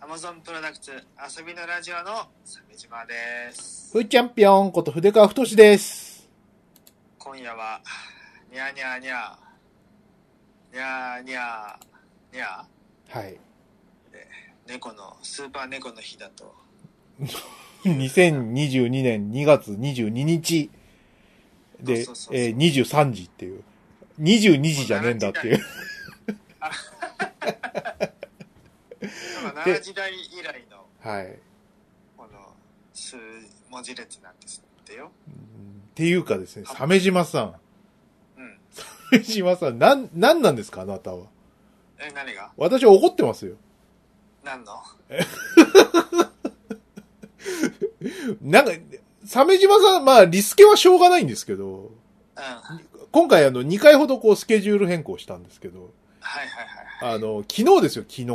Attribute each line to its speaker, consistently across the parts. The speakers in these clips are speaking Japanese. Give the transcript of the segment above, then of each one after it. Speaker 1: Amazon プロダクツ遊びのラジオの鮫島です。
Speaker 2: ふーちゃんぴょんこと筆川太です。
Speaker 1: 今夜は、にゃーにゃーにゃー、にゃーにゃー、にゃ
Speaker 2: はい。
Speaker 1: ー、猫の、スーパー猫の日だと。
Speaker 2: 2022年2月22日で
Speaker 1: そうそう、そうそう
Speaker 2: えー23時っていう。22時じゃねえんだっていう。
Speaker 1: なんか奈良
Speaker 2: で
Speaker 1: 時代以来の、
Speaker 2: はい。うん
Speaker 1: この、数文字列なんですってよ。
Speaker 2: っていうかですね、鮫島さん。
Speaker 1: うん。
Speaker 2: 鮫島さん、なん、なんなんですかあなたは。
Speaker 1: え、何が
Speaker 2: 私は怒ってますよ。
Speaker 1: 何の
Speaker 2: なんか、鮫島さん、まあ、リスケはしょうがないんですけど、
Speaker 1: うん。はい
Speaker 2: 今回あの、2回ほどこう、スケジュール変更したんですけど、
Speaker 1: はいはい。
Speaker 2: あの、昨日ですよ、昨日。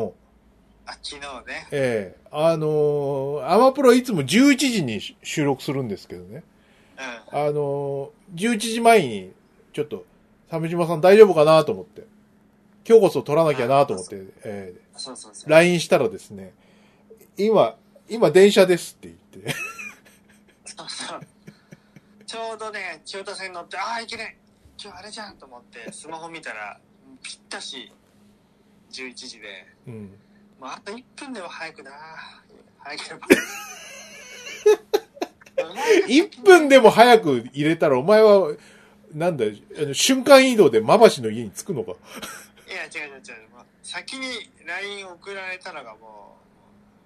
Speaker 1: あ、昨日ね。
Speaker 2: ええあのーアマプロいつも11時にし収録するんですけどね。
Speaker 1: う
Speaker 2: あのー11時前に、ちょっと、鮫島さん大丈夫かなと思って、今日こそ撮らなきゃなと思って、ええ
Speaker 1: ん。そうそうそう。
Speaker 2: LINE したらですね、今、今電車ですって言って、
Speaker 1: そうそう。 ちょうどね、千代田線乗って、ああ、いけない今日あれじゃんと思って、スマホ見たら、ぴったし、11時で、
Speaker 2: うん。
Speaker 1: もうあと1分でも早くな早けれ ば。
Speaker 2: 1分でも早く入れたら、お前は、なんだよ、あの瞬間移動でまばしの家に着くのか。
Speaker 1: いや、違う違う違う。もう先に LINE 送られたのがもう、も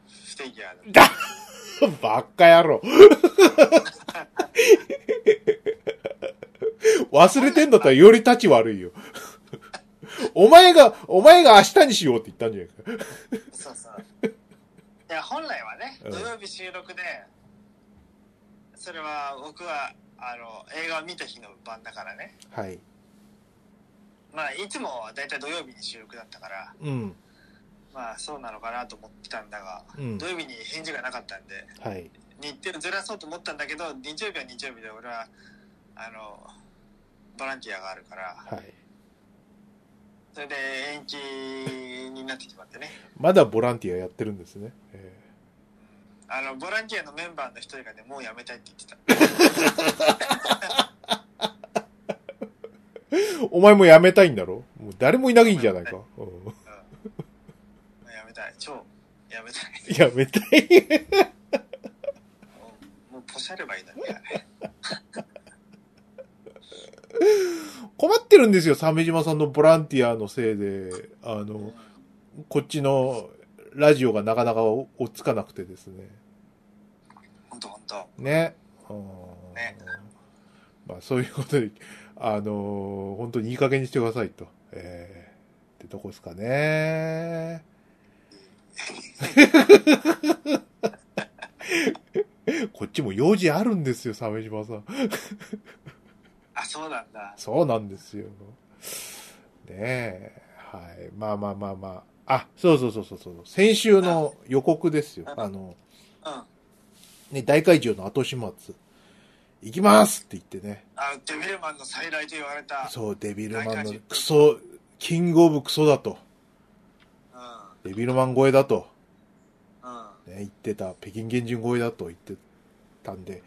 Speaker 1: う不手際だ。
Speaker 2: バっか野郎。忘れてんだったらより立ち悪いよ。 お前が、お前が明日にしようって言ったんじゃないか。
Speaker 1: そうそう。いや、本来はね、
Speaker 2: うん
Speaker 1: 土曜日収録で、それは僕は、あの、映画を見た日の晩だからね。
Speaker 2: はい。
Speaker 1: まあ、いつもはだいたい土曜日に収録だったから、
Speaker 2: うん。
Speaker 1: まあそうなのかなと思ってたんだが、
Speaker 2: うん
Speaker 1: 土。曜日に返事がなかったんで、
Speaker 2: はい。
Speaker 1: 日程をずらそうと思ったんだけど、日曜日は日曜日で俺は、あの、ボランティアがあるから、
Speaker 2: はい。
Speaker 1: それで延期になってしまってね。
Speaker 2: まだボランティアやってるんですね。え
Speaker 1: あの、ボランティアのメンバーの一人がね、もうやめたいって言って
Speaker 2: ーお前も辞めたいんだろもう誰もいないんじゃないか。う
Speaker 1: た。
Speaker 2: ん
Speaker 1: うん、もうやめたい。超、やめたい。
Speaker 2: 辞めたい。
Speaker 1: もうもうポシャればいいのに、あれ。
Speaker 2: 困ってるんですよ、鮫島さんのボランティアのせいで。あ
Speaker 1: う
Speaker 2: の
Speaker 1: ん、
Speaker 2: こっちのラジオがなかなか追っつかなくてですね。
Speaker 1: ほんとほんと。
Speaker 2: ね。
Speaker 1: ね
Speaker 2: まあそういうことで、あのー本当にいい加減にしてくださいと。えー、ってとこですかね。 こっちも用事あるんですよ、鮫島さん。
Speaker 1: あ、そうなんだ。
Speaker 2: そうなんですよ。ねえ。はい。まあまあまあまあ。あ、そうそうそうそうそう。先週の予告ですよ。あの、
Speaker 1: うん。あ、
Speaker 2: ね、大会場の後始末。行きますって言ってね。
Speaker 1: デビルマンの再来と言われた。
Speaker 2: そう、デビル
Speaker 1: 大
Speaker 2: マン
Speaker 1: 怪
Speaker 2: の
Speaker 1: 獣
Speaker 2: クソ、キングオブクソだと。
Speaker 1: う
Speaker 2: デビルマン超えだと、
Speaker 1: ん。うん。
Speaker 2: ね、言ってた、北京原人超えだと言ってたんで、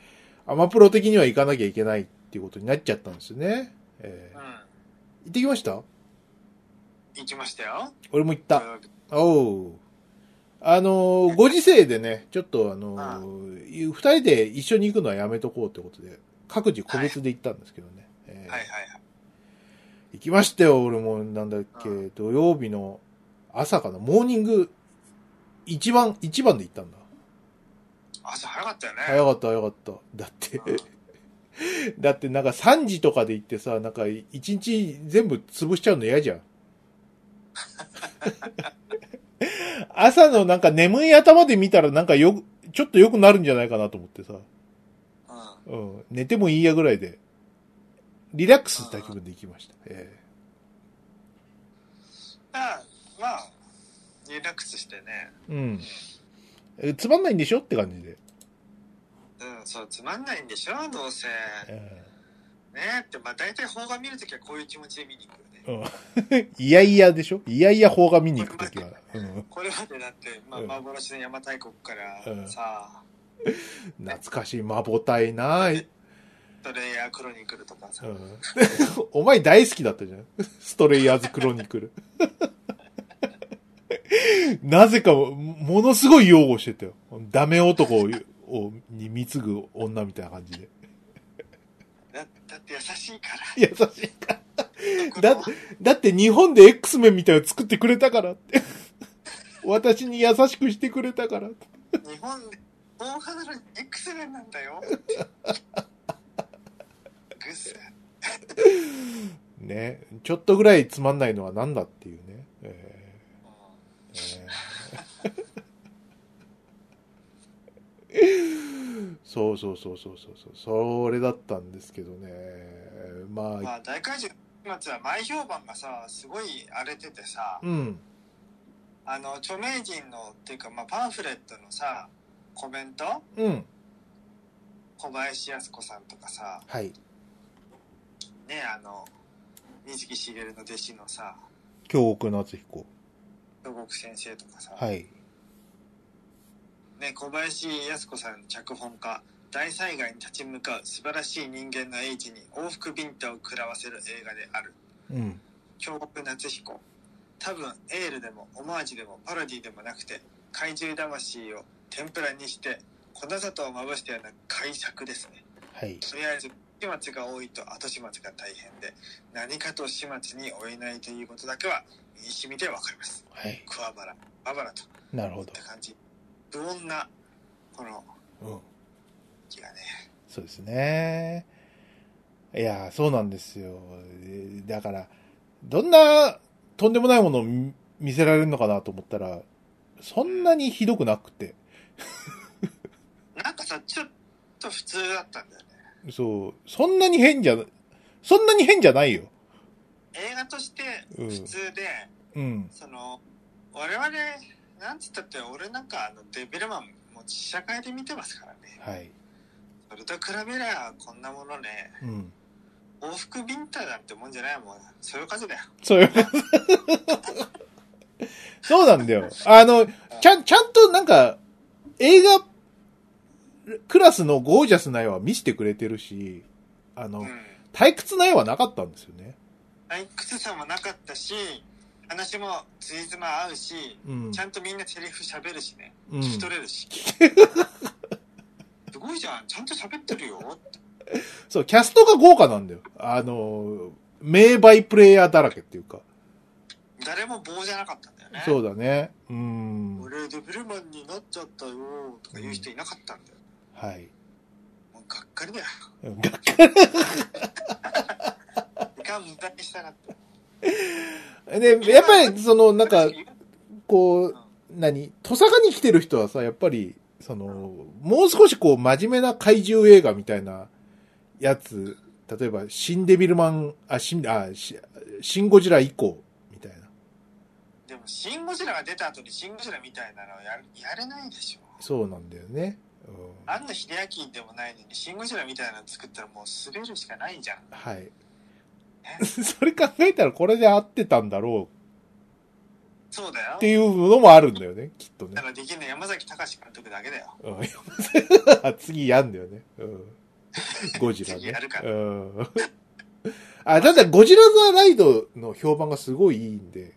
Speaker 2: アマプロ的には行かなきゃいけないっていうことになっちゃったんですよね。えー
Speaker 1: うん。
Speaker 2: 行ってきました
Speaker 1: 行きましたよ。
Speaker 2: 俺も行っ
Speaker 1: 土
Speaker 2: た。
Speaker 1: 曜日
Speaker 2: おう。あのーご時世でね、ちょっとあの
Speaker 1: ああ
Speaker 2: ー二人で一緒に行くのはやめとこうってことで、各自個別で行ったんですけどね。えー
Speaker 1: はいはいはい。
Speaker 2: 行きましたよ、俺も、なんだっけ、
Speaker 1: う
Speaker 2: 土曜日の朝かな、モーニング、一番、一番で行ったんだ。
Speaker 1: 朝早かったよね。
Speaker 2: 早かった、早かった。だって
Speaker 1: うん、
Speaker 2: だってなんか3時とかで行ってさ、なんか1日全部潰しちゃうの嫌じゃん。 朝のなんか眠い頭で見たらなんかよく、ちょっと良くなるんじゃないかなと思ってさ。
Speaker 1: う
Speaker 2: うん。寝てもいいやぐらいで、リラックスした気分で行きました。
Speaker 1: ん。
Speaker 2: え
Speaker 1: あまあ、リラックスしてね。
Speaker 2: えうんえ。つまんないんでしょって感じで。
Speaker 1: うん、そう、つまんないんでしょ、どうせ。ね
Speaker 2: え
Speaker 1: って、まあ大体邦画見るときはこういう気持ちで見に行くよね。
Speaker 2: えうん。いやいやでしょいやいや方が見に行くときは。うん
Speaker 1: これまでだって、まあ、
Speaker 2: うん
Speaker 1: 幻の邪馬台国から、
Speaker 2: うん
Speaker 1: さあ
Speaker 2: 懐かしい、マボタイな、うん、
Speaker 1: ストレイヤークロニクルとかさ、
Speaker 2: お前大好きだったじゃん。ストレイヤーズ・クロニクル。 なぜか、もものすごい擁護してたよ。ダメ男を、をに貢ぐ女みたいな感じで。
Speaker 1: だだって優しいか
Speaker 2: 優しい。
Speaker 1: ら
Speaker 2: だだって日本で X メンみたいなの作ってくれたからって。 私に優しくしてくれたからって。
Speaker 1: 日本で大花の X メンなんだよ グス
Speaker 2: ね。ちょっとぐらいつまんないのはなんだっていうね。えーえー そうそうそうそうそうそう。それだったんですけどね。まあ、
Speaker 1: まあ大怪獣の末は前評判がさすごい荒れててさ
Speaker 2: うん。
Speaker 1: あの著名人のっていうか、まあ、パンフレットのさコメント
Speaker 2: うん。
Speaker 1: 小林靖子さんとかさ
Speaker 2: はい。
Speaker 1: ねあの水木しげるの弟子のさ
Speaker 2: 京極夏彦。
Speaker 1: 土国先生とかさ、
Speaker 2: はい。
Speaker 1: ね、小林靖子さん脚本家大災害に立ち向かう素晴らしい人間の英知に往復ビンタを食らわせる映画である
Speaker 2: うん。
Speaker 1: 京極夏彦多分エールでもオマージュでもパロディでもなくて怪獣魂を天ぷらにして粉砂糖をまぶしたような改作ですね
Speaker 2: はい。
Speaker 1: とりあえず始末が多いと後始末が大変で何かと始末に負えないということだけは身にしみてわかります
Speaker 2: はい。
Speaker 1: 桑原ババラと
Speaker 2: なるほ
Speaker 1: いっ
Speaker 2: ど
Speaker 1: た。感じ不穏なこの
Speaker 2: うん。
Speaker 1: 気がね
Speaker 2: そうですね。いや、そうなんですよ。えだから、どんなとんでもないものを見見せられるのかなと思ったら、そんなにひどくなくて。
Speaker 1: なんかさちょっと普通だったんだよね
Speaker 2: そう、そんなに変じゃ、そんなに変じゃないよ。
Speaker 1: 映画として
Speaker 2: うん
Speaker 1: 普通で、
Speaker 2: うん。
Speaker 1: その我々なんつったって俺なんかあのデビルマンも試写会で見てますからね
Speaker 2: はい。
Speaker 1: それと比べりゃこんなものね
Speaker 2: うん。
Speaker 1: 往復ビンタなんてもんじゃないもんそういう数だよ
Speaker 2: そう いうそうなんだよ。あの、ちゃん、ちゃんとなんか、映画クラスのゴージャスな絵は見せてくれてるし、あの、
Speaker 1: うん
Speaker 2: 退屈な絵はなかったんですよね。
Speaker 1: 退屈さもなかったし話もついつま合うし
Speaker 2: うん。
Speaker 1: ちゃんとみんなセリフ喋るしね
Speaker 2: うん
Speaker 1: 聞き取れる し、すごいじゃんちゃんと喋ってるよ
Speaker 2: そう、キャストが豪華なんだよ。あの、名バイプレイヤーだらけっていうか。
Speaker 1: 誰も棒じゃなかったんだよね
Speaker 2: そうだね。うん。は
Speaker 1: 俺デビルマンになっちゃったよとか言う人いなかったんだよ、
Speaker 2: い。
Speaker 1: もうがっかりだよ
Speaker 2: うん
Speaker 1: 時間無駄にしたなって
Speaker 2: で、やっぱり、その、なんか、こ
Speaker 1: うん
Speaker 2: う、何トサカに来てる人はさ、やっぱり、その、もう少しこう、真面目な怪獣映画みたいなやつ、例えば、シンデビルマン、あ、シン、あ、シシンゴジラ以降、みたいな。
Speaker 1: でも「シン・ゴジラ」が出た後に「シン・ゴジラ」みたいなのやるやれないでしょ
Speaker 2: そうなんだよね。うん、
Speaker 1: 庵野秀明でもないのに「シン・ゴジラ」みたいなの作ったらもう滑るしかないじゃん
Speaker 2: はい。
Speaker 1: え
Speaker 2: それ考えたらこれで合ってたんだろう
Speaker 1: そうだよ
Speaker 2: っていうのもあるんだよね、きっと
Speaker 1: だか。
Speaker 2: ね
Speaker 1: らできるの山崎隆監督だけだよ
Speaker 2: うん次やんだよね。うん、ゴジ ラ
Speaker 1: 次や
Speaker 2: ね
Speaker 1: るか。ら
Speaker 2: うん、あ、ただゴジラザライドの評判がすごいいいんで、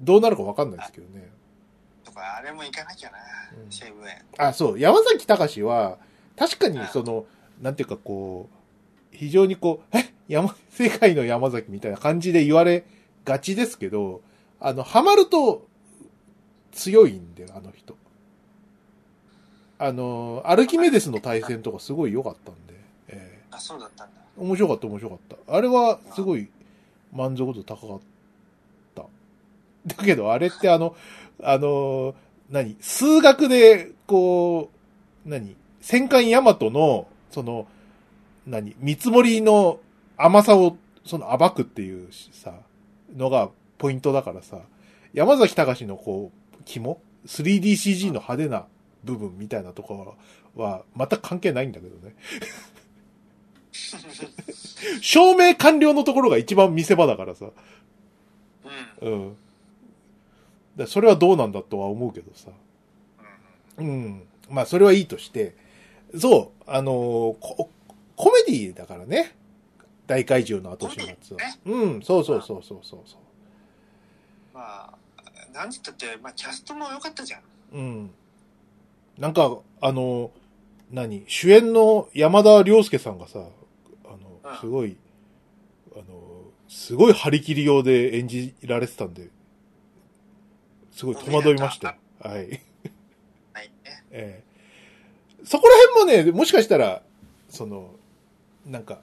Speaker 2: どうなるかわかんないですけどね。
Speaker 1: とかあれも行かなきゃな、
Speaker 2: うん
Speaker 1: 西武園
Speaker 2: あ、そう、山崎隆は、確かにその、なんていうかこう、非常にこう、え山、 世界の山崎みたいな感じで言われがちですけど、あの、ハマると強いんだよ、あの人。あの、アルキメデスの対戦とかすごい良かったんで、え
Speaker 1: あそうだった んだ
Speaker 2: え面白かった、面白かった。あれはすごい満足度高かった。だけど、あれってあの、あの、何数学で、こう、何戦艦ヤマトの、その、何見積もりの甘さを、その、暴くっていうしさ、のがポイントだからさ、山崎隆のこう、肝 ?3DCG の派手な部分みたいなところは、全く関係ないんだけどね。証明完了のところが一番見せ場だからさ。
Speaker 1: うん
Speaker 2: うん。らそれはどうなんだとは思うけどさ。うん。まあ、それはいいとして、そう、あのーこコメディだからね。大怪獣の後始末は
Speaker 1: コメディね。
Speaker 2: うん、そうそうそうそうそうそ
Speaker 1: まあ、なんつったって、まあ、キャストも良かったじゃん。
Speaker 2: う。うん。なんか、あのー何主演の山田涼介さんがさ、あ
Speaker 1: うん
Speaker 2: の、すごい、あのーすごい張り切り用で演じられてたんで、すごい戸惑いましたよ。はい。
Speaker 1: はいね。
Speaker 2: ええそこら辺もね、もしかしたら、その、なんか、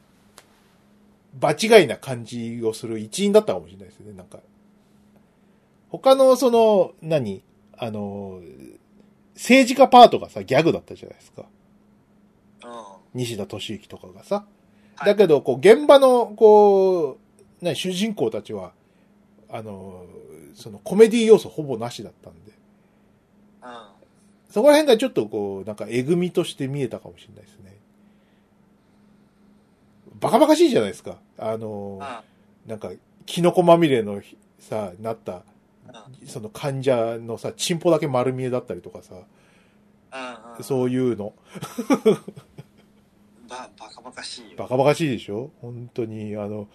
Speaker 2: 場違いな感じをする一因だったかもしれないですね、なんか。他の、その、何あの、政治家パートがさ、ギャグだったじゃないです
Speaker 1: う
Speaker 2: か。
Speaker 1: ん。
Speaker 2: 西田敏行とかがさ。
Speaker 1: はい
Speaker 2: だけど、こう、現場の、こう、何主人公たちは、あの、そのコメディ要素ほぼなしだったんで。
Speaker 1: うん。
Speaker 2: そこら辺がちょっとこう、なんかえぐみとして見えたかもしれないですね。バカバカしいじゃないですか。あの
Speaker 1: う、ん。
Speaker 2: なんか、キノコまみれのひさ、なった、
Speaker 1: う
Speaker 2: その患者のさ、チンポだけ丸見えだったりとかさ、
Speaker 1: ん。うん。
Speaker 2: そういうの。
Speaker 1: ば、バカバカしいよ。
Speaker 2: バカバカしいでしょ本当に、あの、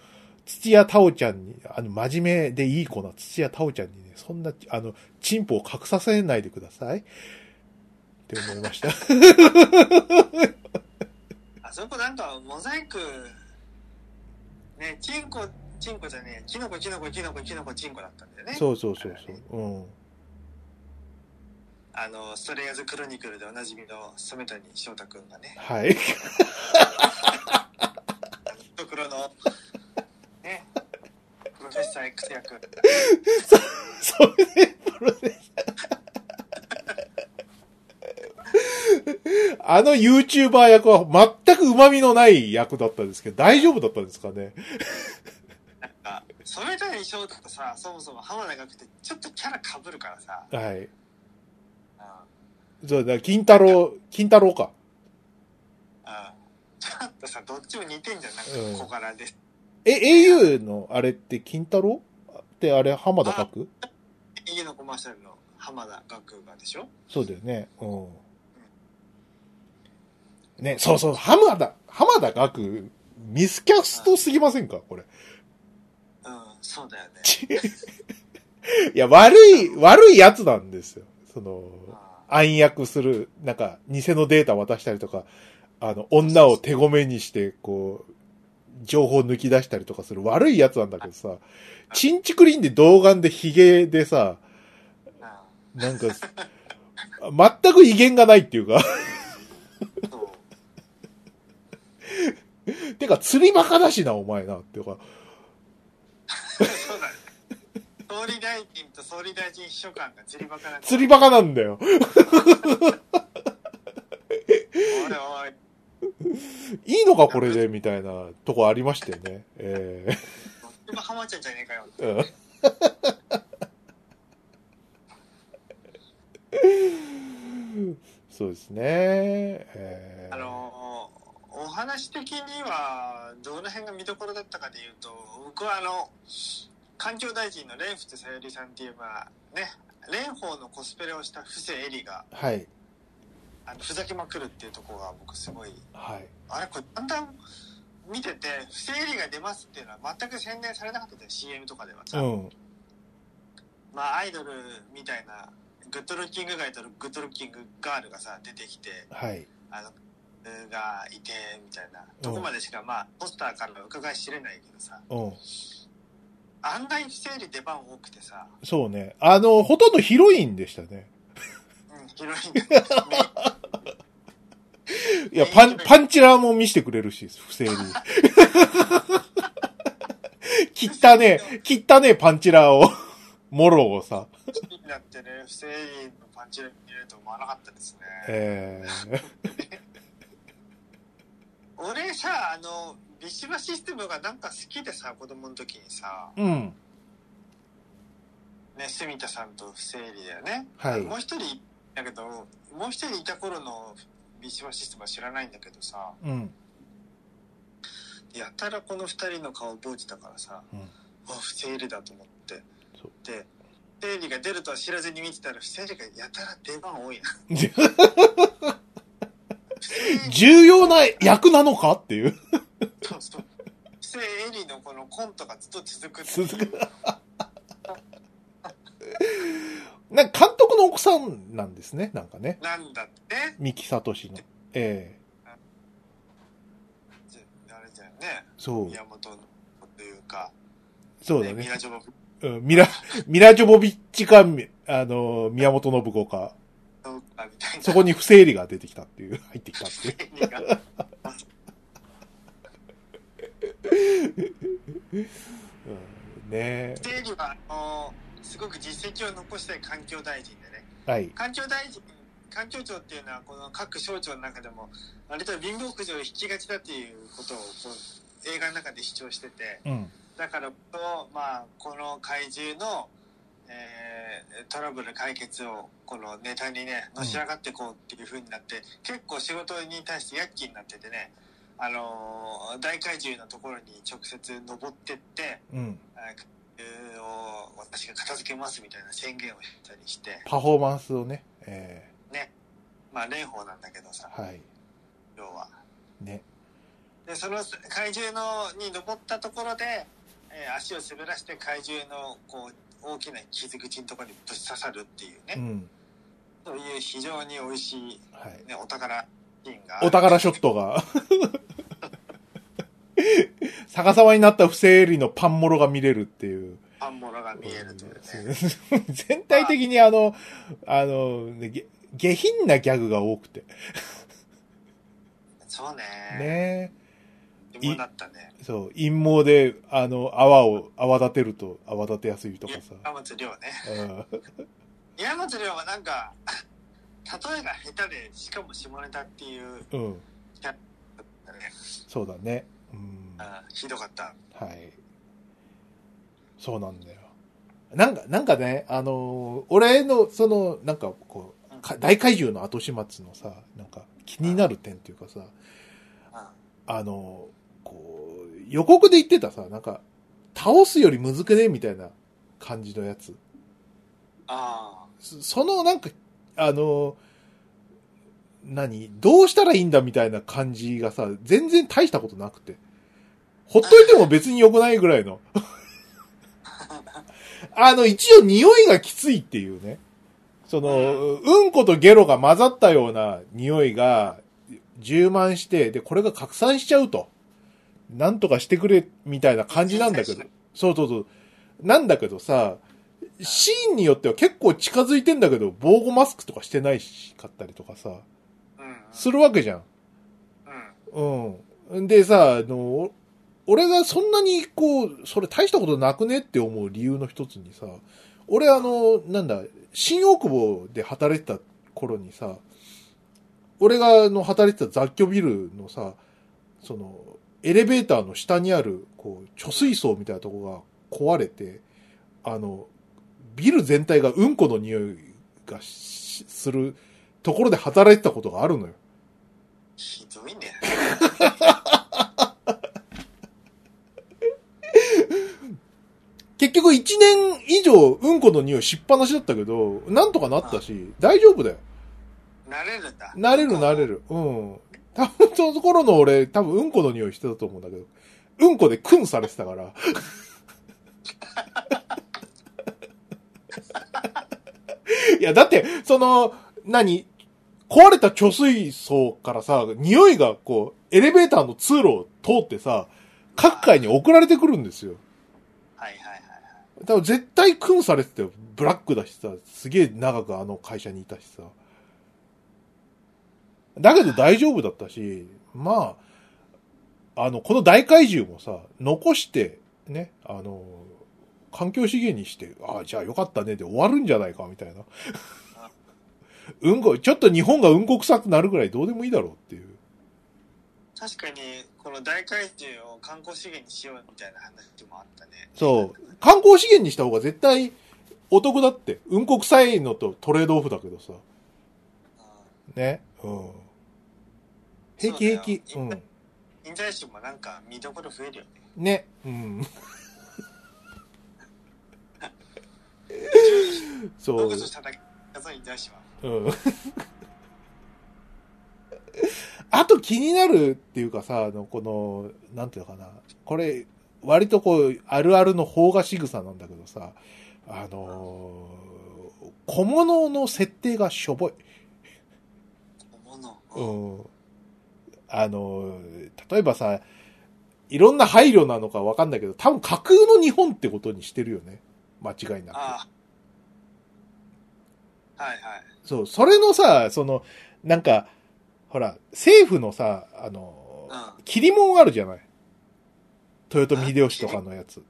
Speaker 2: 土屋太鳳ちゃんに、あの、真面目でいい子な土屋太鳳ちゃんにね、そんな、あの、チンポを隠させないでください。って思いました。
Speaker 1: あそこなんか、モザイク、ね、チンコ、チンコじゃねえ、キノコ、キノコ、キノコ、キノコ、チンコだったんだよね。
Speaker 2: そうそうそうそう。うん。
Speaker 1: あの、ストレイヤーズクロニクルでおなじみの染谷翔太くんがね、
Speaker 2: はい。
Speaker 1: ところの、ね、プロフェッサー X 役。
Speaker 2: それで、プロデューサーあの YouTuber 役は全く旨味のない役だったんですけど、大丈夫だったんですかね
Speaker 1: なんか、染谷翔太とさ、そもそも浜田がくて、ちょっとキャラ被るからさ、
Speaker 2: は
Speaker 1: う
Speaker 2: い。
Speaker 1: ん、うん
Speaker 2: そうだ、金太郎、金太郎か。
Speaker 1: ちょっとさ、どっちも似てんじゃん、なんか小柄で。
Speaker 2: え、au のあれって金太郎ってあれ浜田拓
Speaker 1: 家のコマーシャルの浜田学がでしょ
Speaker 2: そうだよね。うん。ね、そうそう、浜田、浜田拓、ミスキャストすぎませんかこれ。
Speaker 1: うん、そうだよね。
Speaker 2: いや、悪い、悪いやつなんですよ。その、
Speaker 1: う
Speaker 2: 暗躍する、なんか、偽のデータ渡したりとか、あの、女を手ごめにして、こう、情報抜き出したりとかする悪いやつなんだけどさ、チンチクリンで童顔でヒゲでさ、
Speaker 1: ん
Speaker 2: なんか、全く威厳がないっていうか、
Speaker 1: うん、そう。
Speaker 2: てか釣りバカだしな、お前な、っていうか、
Speaker 1: そうだね。総理大臣と総理大臣秘書官が釣りバカなん
Speaker 2: 釣りバカなんだよ。
Speaker 1: 俺おい
Speaker 2: いいのか、これで、みたいなとこありましたよね。えー
Speaker 1: どっちもハマちゃんじゃねえかよ。
Speaker 2: うんそうですね。えー
Speaker 1: あのお話的にはどの辺が見どころだったかでいうと僕はあの環境大臣の蓮舫さゆりさんっていうまあね蓮舫のコスプレをした布施恵里が
Speaker 2: はい。
Speaker 1: あのふざけまくるっていうところが僕すごい
Speaker 2: はい。
Speaker 1: あれこれだんだん見てて布施恵里が出ますっていうのは全く宣伝されなかったで CM とかでは
Speaker 2: う
Speaker 1: さ、
Speaker 2: ん。
Speaker 1: まあアイドルみたいなグッドルッキングガイとグッドルッキングガールがさ出てきて
Speaker 2: はい。
Speaker 1: あの、がいて、みたいな。とこまでしか、まあ、ポスターからは伺い知れないけどさ、
Speaker 2: うん。
Speaker 1: 案外不整理出番多くてさ、
Speaker 2: そうね。あの、ほとんどヒロインでしたね。
Speaker 1: うん、ヒロインが
Speaker 2: いや、パン、パンチラも見せてくれるし、不正に。切ったね、切ったね、パンチラを。もろをさ。
Speaker 1: メインになってね、 不整理のパンチラ見れると思わなかったですね。
Speaker 2: えー、
Speaker 1: 俺さ、あの、ビシバシステムがなんか好きでさ、子供の時にさ、
Speaker 2: うん。
Speaker 1: ね、住田さんと不整理だよね。
Speaker 2: はい
Speaker 1: もう一人、だけど、もう一人いた頃のビシバシステムは知らないんだけどさ、
Speaker 2: うん。
Speaker 1: やたらこの二人の顔覚えてたからさ、
Speaker 2: うん
Speaker 1: あ不正理だと思って
Speaker 2: そう
Speaker 1: で生理が出るとは知らずに見てたら、不生理がやたら出番多い な。不生理
Speaker 2: 重要な役なのかっていう。
Speaker 1: そうそう不正エリのこのコントがずっと続くっていう
Speaker 2: 続く。なんか監督の奥さんなんですね、なんかね。
Speaker 1: なんだってね
Speaker 2: 三木聡の。ええ
Speaker 1: じあれだよね
Speaker 2: そう。
Speaker 1: 宮本のというか、
Speaker 2: そうだ
Speaker 1: ミ
Speaker 2: ね。
Speaker 1: ラジョボフ
Speaker 2: うんミラ、ミラジョボビッチか、みあの、宮本信子か。
Speaker 1: とかみたいな
Speaker 2: そ こに不整理が出てきたっていう、 入ってきたっていう。
Speaker 1: エリが
Speaker 2: うん、ね
Speaker 1: 不正理はあのすごく実績を残したい環境大臣でね
Speaker 2: え。はい。
Speaker 1: 環境大臣環境庁っていうのはこの各省庁の中でも割と貧乏くじを引きがちだっていうことをこう映画の中で主張してて
Speaker 2: うん。
Speaker 1: だからと、まあ、この怪獣の、えートラブル解決をこのネタにねのし上がっていこうっていう風になって、結構仕事に対してヤッキーになっててねあのー大怪獣のところに直接登ってって
Speaker 2: うん。
Speaker 1: あ怪獣を私が片付けますみたいな宣言をしたりして
Speaker 2: パフォーマンスをね。え
Speaker 1: ねまあ蓮舫なんだけどさ
Speaker 2: えはい。
Speaker 1: 要は。
Speaker 2: ね。
Speaker 1: でその怪獣のに登ったところで、えー足を滑らして怪獣のこう大きな傷口のところにぶっ刺さるっていう
Speaker 2: う
Speaker 1: ね、
Speaker 2: ん。
Speaker 1: そういう非常に美味しい、
Speaker 2: はい。
Speaker 1: ね、お宝シーンが
Speaker 2: お宝ショットが。 逆さまになった不整理のパンモロが見れるっていう。
Speaker 1: パンモロが見えるというね、
Speaker 2: うん 全体的にあの、あの、ねげ下品なギャグが多くて。
Speaker 1: そうね
Speaker 2: ね
Speaker 1: 今だったね
Speaker 2: そう、陰謀で、あの、泡を、泡立てると、泡立てやすいとかさ。
Speaker 1: 山本亮ね
Speaker 2: うん
Speaker 1: 山本亮はなんか 例えが下手でしかも下ネタっていう
Speaker 2: うん。
Speaker 1: ね、
Speaker 2: そうだね。うん。
Speaker 1: あーひどかった
Speaker 2: はい。そうなんだよ。なんか、なんかね、あのー俺の、その、なんか、こう、か大怪獣の後始末のさ、なんか、気になる点っていうかさ、
Speaker 1: あ
Speaker 2: あのーこう、予告で言ってたさ、なんか、倒すより難くねみたいな感じのやつ。
Speaker 1: あ
Speaker 2: そその、なんか、あのー何どうしたらいいんだみたいな感じがさ、全然大したことなくて。ほっといても別に良くないぐらいの。 あの、一応匂いがきついっていうね。その、うんことゲロが混ざったような匂いが充満して、で、これが拡散しちゃうと。なんとかしてくれ、みたいな感じなんだけど。そうそうそう。なんだけどさ、シーンによっては結構近づいてんだけど、防護マスクとかしてないし、買ったりとかさ、
Speaker 1: うんうん
Speaker 2: するわけじゃん。
Speaker 1: うん
Speaker 2: うん。でさ、あの、お俺がそんなにこう、それ大したことなくねって思う理由の一つにさ、俺あの、なんだ、新大久保で働いてた頃にさ、俺があの働いてた雑居ビルのさ、その、エレベーターの下にある、こう、貯水槽みたいなとこが壊れて、あの、ビル全体がうんこの匂いがしするところで働いてたことがあるのよ。
Speaker 1: ひどいね
Speaker 2: 結局一年以上うんこの匂いしっぱなしだったけど、なんとかなったし、大丈夫だよ。
Speaker 1: 慣れるんだ
Speaker 2: なれるなれる。うん。多分その頃の俺、多分うんこの匂いしてたと思うんだけど、うんこでクンされてたから。 いや、だって、その、何壊れた貯水槽からさ、匂いがこう、エレベーターの通路を通ってさ、各界に送られてくるんですよ。
Speaker 1: はいはいはい
Speaker 2: 多分絶対クンされてたよ。ブラックだしさ、すげえ長くあの会社にいたしさ。だけど大丈夫だったし、まあ、あの、この大怪獣もさ、残して、ね、あの、環境資源にして、ああ、じゃあよかったねで終わるんじゃないか、みたいな。うんこ、ちょっと日本がうんこ臭くなるぐらいどうでもいいだろうっていう。
Speaker 1: 確かにこの大怪獣を観光資源にしようみたいな話もあったね
Speaker 2: そう。観光資源にした方が絶対お得だって。うんこ臭いのとトレードオフだけどさ。
Speaker 1: う
Speaker 2: ね。うん。平気平気。う
Speaker 1: そうだよ
Speaker 2: ん。
Speaker 1: ん印材師もなんか見どころ増えるよね
Speaker 2: ね。うん。
Speaker 1: 非常に
Speaker 2: そ
Speaker 1: 僕
Speaker 2: う
Speaker 1: と。しただけやつに対しては
Speaker 2: うん。 あと気になるっていうかさ、あの、この、なんていうのかな。これ、割とこう、あるあるの方が仕草なんだけどさ、あのー小物の設定がしょぼい。
Speaker 1: 思うの、
Speaker 2: う
Speaker 1: うん
Speaker 2: ん。あのー例えばさ、いろんな配慮なのかわかんないけど、多分架空の日本ってことにしてるよね。間違いなく。
Speaker 1: ああはいはい
Speaker 2: そう、それのさ、その、なんか、ほら、政府のさ、あの、
Speaker 1: う
Speaker 2: 切り物あるじゃない豊臣秀吉とかのやつ。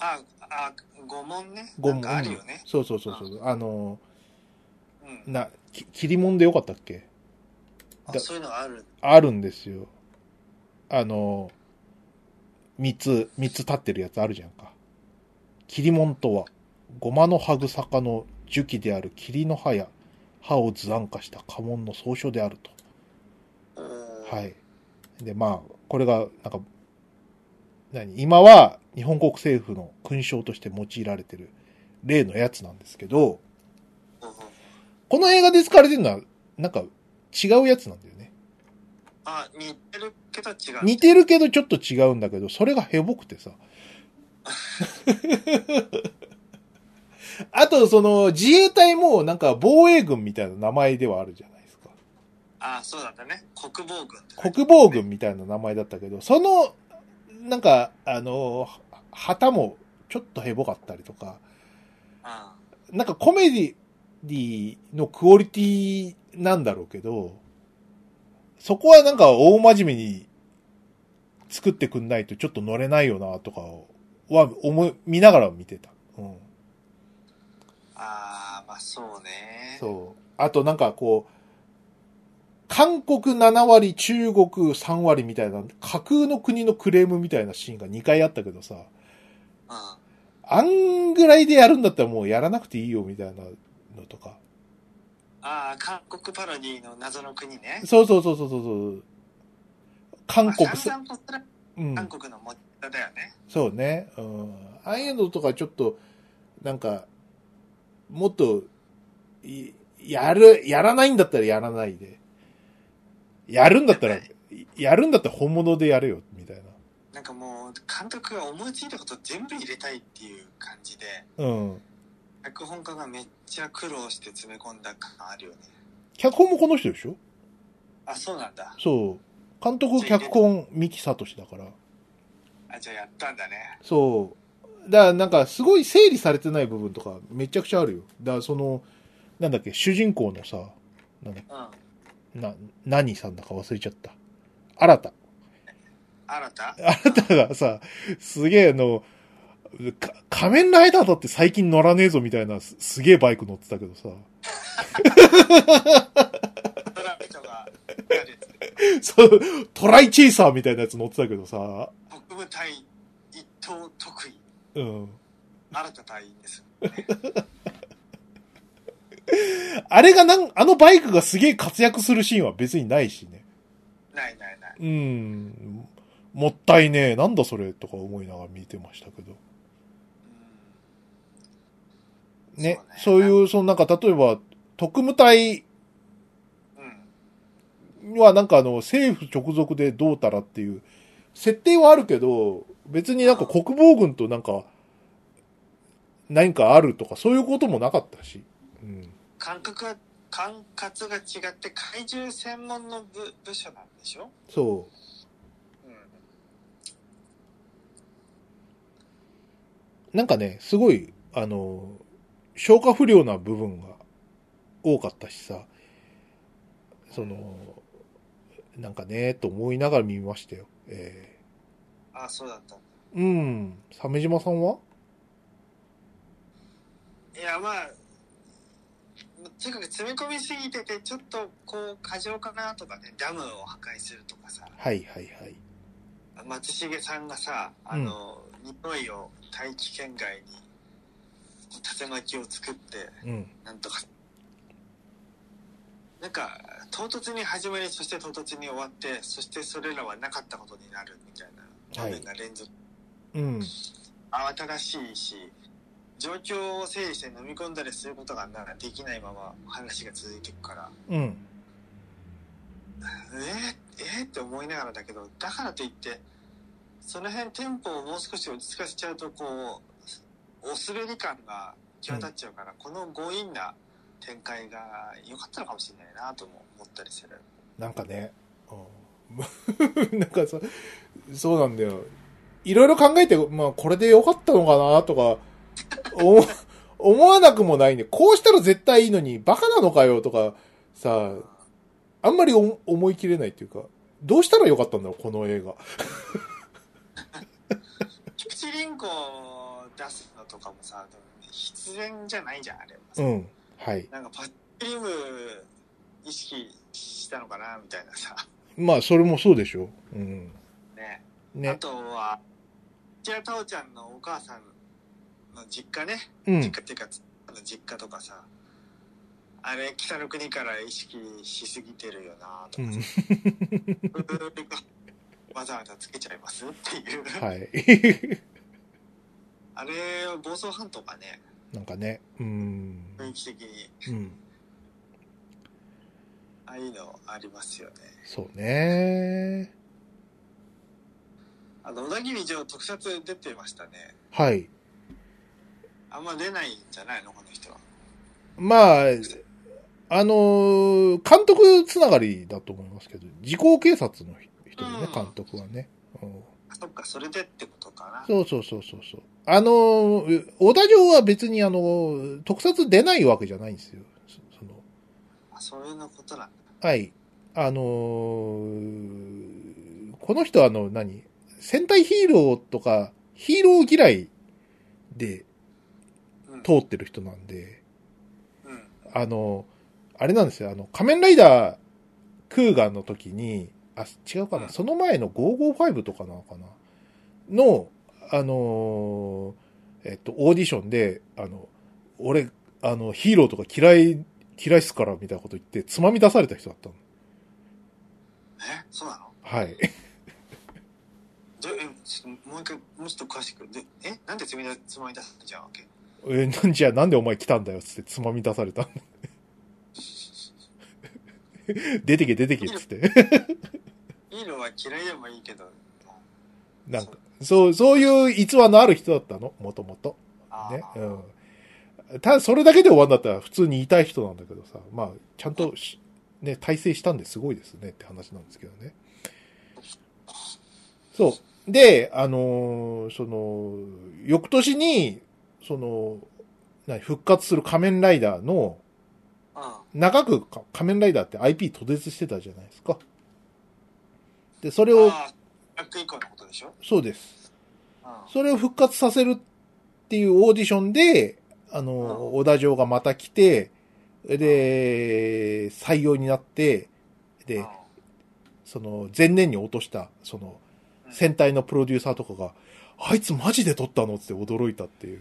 Speaker 1: ああ五問ね
Speaker 2: ゴ
Speaker 1: なんかあるよね
Speaker 2: そうそうそうそう。あの、
Speaker 1: うん
Speaker 2: な、き切り物でよかったっけ
Speaker 1: あ
Speaker 2: だ
Speaker 1: そういうのある
Speaker 2: あるんですよ。あの、三つ、三つ立ってるやつあるじゃんか。切り物とは、ごまの葉草かの樹器である霧の葉や、葉を図案化した家紋の総称であると。はいい。で、まあ、これが、なんか、何今は日本国政府の勲章として用いられてる例のやつなんですけど、この映画で使われてるのは、なんか違うやつなんだよね。
Speaker 1: あ似てるけど違う
Speaker 2: 似てるけどちょっと違うんだけど、それがヘボくてさ。 あと、その、自衛隊もなんか防衛軍みたいな名前ではあるじゃないですか。
Speaker 1: あそうだったね国防軍って
Speaker 2: 国防軍みたいな名前だったけど、その、なんか、あの、は旗もちょっとヘボかったりとか、
Speaker 1: あ
Speaker 2: なんかコメディのクオリティなんだろうけど、そこはなんか大真面目に作ってくんないとちょっと乗れないよなとかは思い、見ながら見てた。うん。
Speaker 1: あーまあそうね
Speaker 2: そう。あとなんかこう、韓国7割、中国3割みたいな、架空の国のクレームみたいなシーンが2回あったけどさ、
Speaker 1: うん
Speaker 2: あんぐらいでやるんだったらもうやらなくていいよみたいなのとか。
Speaker 1: ああ、韓国パロディの謎の国ね。
Speaker 2: そうそうそうそうそうそう。韓国
Speaker 1: まあ
Speaker 2: そ、
Speaker 1: 散々とすれば
Speaker 2: うん。
Speaker 1: 韓国の持ち方だよね。
Speaker 2: そうね。うん。ああいうのとかちょっと、なんか、もっと、いやる、やらないんだったらやらないで。やるんだったら、 いやるんだったら本物でやれよ、みたいな。
Speaker 1: なんかもう、監督が思いついたこと全部入れたいっていう感じで、
Speaker 2: うん。
Speaker 1: 脚本家がめっちゃ苦労して詰め込んだ感あるよね。
Speaker 2: 脚本もこの人でしょ
Speaker 1: あ、そうなんだ。
Speaker 2: そう。監督、脚本、三木聡だから。
Speaker 1: あ、じゃあやったんだね。
Speaker 2: そう。だからなんかすごい整理されてない部分とかめちゃくちゃあるよ。だからその、なんだっけ、主人公のさ、なんだっ
Speaker 1: うん。
Speaker 2: けな、何さんだか忘れちゃった。新た。
Speaker 1: 新た
Speaker 2: 新たがさ、すげえあの、か仮面ライダーだって最近乗らねえぞみたいなすすげえバイク乗ってたけどさ。
Speaker 1: トラ人が、
Speaker 2: そう、トライチェイサーみたいなやつ乗ってたけどさ。
Speaker 1: 北部隊一等得意、
Speaker 2: うん。
Speaker 1: 新た隊員です。
Speaker 2: あれがなん、あのバイクがすげえ活躍するシーンは別にないしね。
Speaker 1: ないないない。
Speaker 2: うん。もったいねえ。なんだそれとか思いながら見てましたけど。
Speaker 1: うん
Speaker 2: ね。そ
Speaker 1: う
Speaker 2: う
Speaker 1: ね。
Speaker 2: いう、そのなんか、例えば、特務隊
Speaker 1: うん。
Speaker 2: はなんかあの、政府直属でどうたらっていう、設定はあるけど、別になんか国防軍となんか、何かあるとか、そういうこともなかったし。うん。
Speaker 1: 感覚は管轄が違って怪獣専門の部部署なんでしょ、
Speaker 2: そ
Speaker 1: うん、
Speaker 2: う。なんかね、すごい、あの、消化不良な部分が多かったしさ、その、なんかね、と思いながら見ましたよ。え
Speaker 1: ああそうだったん
Speaker 2: えうん。鮫島さんは
Speaker 1: だいやまあとにかく詰め込みすぎててちょっとこう過剰かなとかねダムを破壊するとかさ
Speaker 2: はいはいはい。
Speaker 1: 松重さんがさあの、匂いを大気圏外に竜巻を作って
Speaker 2: うん。
Speaker 1: なんとかなんか唐突に始まりそして唐突に終わってそしてそれらはなかったことになるみたいな場面が連続
Speaker 2: うん。
Speaker 1: 慌ただしいし状況を整理して飲み込んだりすることがなんかできないまま話が続いていくから、
Speaker 2: うん。
Speaker 1: えー、えー、って思いながらだけど、だからといって、その辺テンポをもう少し落ち着かせちゃうと、こう、お滑り感が際立っちゃうから、この強引な展開が良かったのかもしれないなとも思ったりする。
Speaker 2: なんかね、うん なんかそ、そうなんだよ。いろいろ考えて、まあ、これでよかったのかな、とか、お 思わなくもないね。こうしたら絶対いいのに、バカなのかよ、とか、さ、あんまりお思い切れないっていうか、どうしたらよかったんだろう、この映画。
Speaker 1: 菊池凛子を出すのとかもさ、でも必然じゃないじゃん、あれはさ。
Speaker 2: うん。はい。
Speaker 1: なんかパッチリム意識したのかな、みたいなさ。
Speaker 2: まあ、それもそうでしょ。うん。
Speaker 1: ね。あ
Speaker 2: ね。
Speaker 1: とは、土屋太鳳ちゃんのお母さんの実家ね。
Speaker 2: うん
Speaker 1: 実。家っていうか、あの実家とかさ、あれ、北の国から意識しすぎてるよなと
Speaker 2: う
Speaker 1: か
Speaker 2: ん
Speaker 1: さ、 わざわざつけちゃいますっていう、
Speaker 2: はい。
Speaker 1: あれ、房総半島がね、
Speaker 2: なんかね、うん。
Speaker 1: 雰囲気的に、
Speaker 2: うん。
Speaker 1: ああいうのありますよね。
Speaker 2: そうね。
Speaker 1: あの、小田切城特撮出てましたね。
Speaker 2: はい。
Speaker 1: あんま出ないんじゃないのこの人は。
Speaker 2: まあ、あのー監督つながりだと思いますけど、時効警察の人でね
Speaker 1: う、ん
Speaker 2: 監督はね。うん
Speaker 1: あそっか、それでってことかな。
Speaker 2: そうそうそうそうそう。あのー小田城は別にあのー特撮出ないわけじゃないんですよ。そその、
Speaker 1: あそういうのことなんだ。
Speaker 2: はい。あのーこの人はあの、何戦隊ヒーローとか、ヒーロー嫌いで
Speaker 1: うん。
Speaker 2: 通ってる人なんで、
Speaker 1: うん。
Speaker 2: あの、あれなんですよ、あの、仮面ライダークーガンの時に、あ、違うかな、
Speaker 1: うん
Speaker 2: その前の555とかなのかなの、あのーえっと、オーディションで、あの、俺、あの、ヒーローとか嫌い、嫌いっすから、みたいなこと言って、つまみ出された人だったの。
Speaker 1: えそうなの
Speaker 2: はい。
Speaker 1: どえちょっともう一回、もうちょっと詳しく。でえなんでつみだつまみ出すんじゃんわけ
Speaker 2: え、なんじゃあなんでお前来たんだよ、つってつまみ出されたんだ出てけ、出てけ、つって。
Speaker 1: いいのは嫌いでもいいけど。
Speaker 2: なんか、そう、そういう逸話のある人だったの、もともと。
Speaker 1: あー
Speaker 2: ね。うん。ただ、それだけで終わんだったら普通に痛い人なんだけどさ、まあ、ちゃんとし、ね、体制したんですごいですねって話なんですけどね。そう。で、あのーその、翌年に、その、何復活する仮面ライダーの、
Speaker 1: う
Speaker 2: 長くか仮面ライダーって IP 途絶してたじゃないですか。で、それ
Speaker 1: ん。
Speaker 2: を、
Speaker 1: ああ、ブラック以降のことでしょ
Speaker 2: そうです。
Speaker 1: うん。
Speaker 2: それを復活させるっていうオーディションで、あの、小田城がまた来て、で、採用になって、
Speaker 1: うん
Speaker 2: で、その、前年に落とした、その、
Speaker 1: うん
Speaker 2: 戦隊のプロデューサーとかが、あいつマジで撮ったのって驚いたっていう、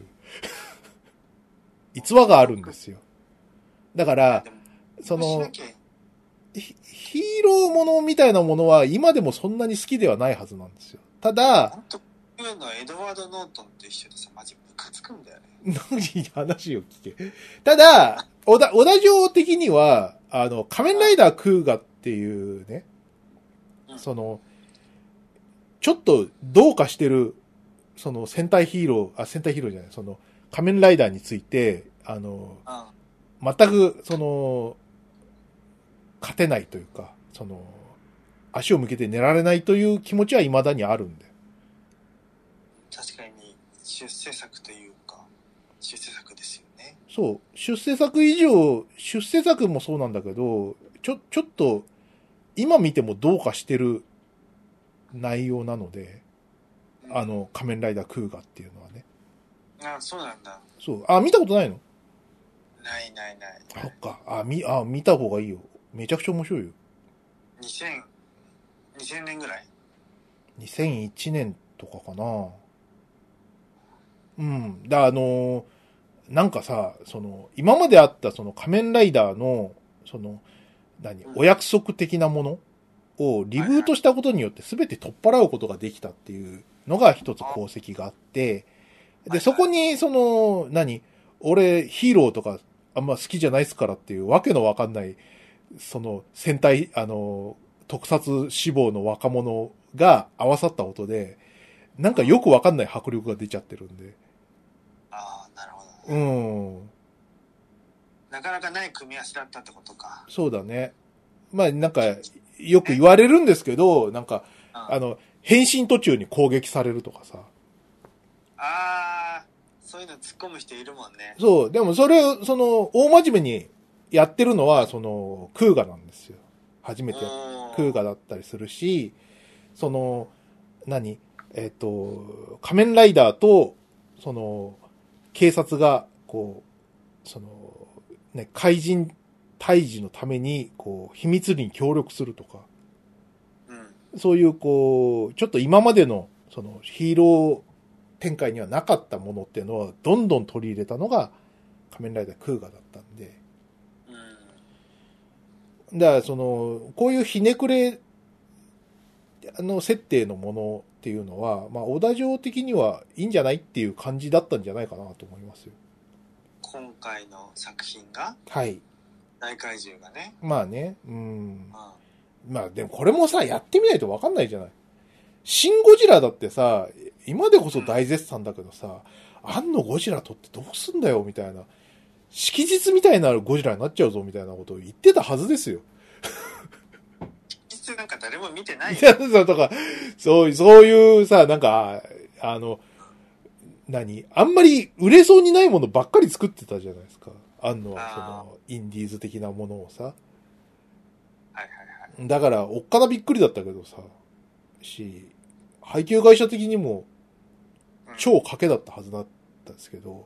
Speaker 2: 逸話があるんですよ。だから、
Speaker 1: でも
Speaker 2: そ
Speaker 1: し
Speaker 2: の
Speaker 1: な、きゃい
Speaker 2: ヒヒーローものみたいなものは今でもそんなに好きではないはずなんですよ。ただ、
Speaker 1: 本当こういうのエドワード・ノートンと一緒でさ、マジムカつくんだよね。
Speaker 2: 何話を聞け。ただ、小田、小田城的には、あの、仮面ライダークーガっていうね、
Speaker 1: うん
Speaker 2: その、ちょっとどうかしてる、その戦隊ヒーロー、あ、戦隊ヒーローじゃない、その仮面ライダーについて、あの、
Speaker 1: うん。
Speaker 2: 全く、その、勝てないというか、その、足を向けて寝られないという気持ちは未だにあるんで。
Speaker 1: 確かに、出世作というか、出世作ですよね。
Speaker 2: そう、出世作以上、出世作もそうなんだけど、ちょ、ちょっと、今見てもどうかしてる内容なので、
Speaker 1: うん
Speaker 2: あ、の、仮面ライダークーガっていうのはね。
Speaker 1: あそうなんだ。
Speaker 2: そう、あ、見たことないの
Speaker 1: ないないない。
Speaker 2: あそっか、あ、見、あ、見た方がいいよ。めちゃくちゃ面白いよ。
Speaker 1: 2000、2000年ぐらい。
Speaker 2: 2001年とかかな。うん。だ、あのーなんかさ、その、今まであったその仮面ライダーの、その、何
Speaker 1: うん、
Speaker 2: お約束的なものをリブートしたことによって全て取っ払うことができたっていうのが一つ功績があって、で、そこに、その、何俺、ヒーローとか、あんま好きじゃないっすからっていう、わけのわかんない、その、戦隊、あの、特撮志望の若者が合わさったことで、なんかよくわかんない迫力が出ちゃってるんで。
Speaker 1: ああ、なるほど、ね
Speaker 2: うん。
Speaker 1: なかなかない組み合わせだったってことか。
Speaker 2: そうだね。まあ、なんか、よく言われるんですけど、なんか、あ
Speaker 1: あ
Speaker 2: の、変身途中に攻撃されるとかさ。
Speaker 1: あー、そういうの突っ込む人いるもんね。
Speaker 2: そう、でもそれを、その、大真面目にやってるのは、その、クーガなんですよ。初めてやっ
Speaker 1: うん
Speaker 2: クーガだったりするし、その、何えっ、と、仮面ライダーと、その、警察が、こう、その、ね、怪人退治のために、こう、秘密裏に協力するとか、
Speaker 1: うん。
Speaker 2: そういう、こう、ちょっと今までの、その、ヒーロー展開にはなかったものっていうのは、どんどん取り入れたのが、仮面ライダークーガだったんで、
Speaker 1: うん。
Speaker 2: だからそのこういうひねくれあの設定のものっていうのは、まあ、小田城的にはいいんじゃないっていう感じだったんじゃないかなと思いますよ。
Speaker 1: 今回の作品が、
Speaker 2: はい。
Speaker 1: 大怪獣がね。
Speaker 2: まあね。うん
Speaker 1: う。ん。
Speaker 2: まあでもこれもさ、やってみないとわかんないじゃない。シン・ゴジラだってさ、今でこそ大絶賛だけどさ、あんのゴジラ撮ってどうすんだよみたいな。式日みたいなゴジラになっちゃうぞみたいなことを言ってたはずですよ。
Speaker 1: 実なんか誰も見てない
Speaker 2: いや、そうとか、そう、そういうさ、なんか、あの、何あんまり売れそうにないものばっかり作ってたじゃないですか。あんのは、そ
Speaker 1: あー
Speaker 2: の、インディーズ的なものをさ。
Speaker 1: はいはいはい。
Speaker 2: だから、おっかなびっくりだったけどさ、し、配給会社的にも
Speaker 1: うん
Speaker 2: 超賭けだったはずだったんですけど、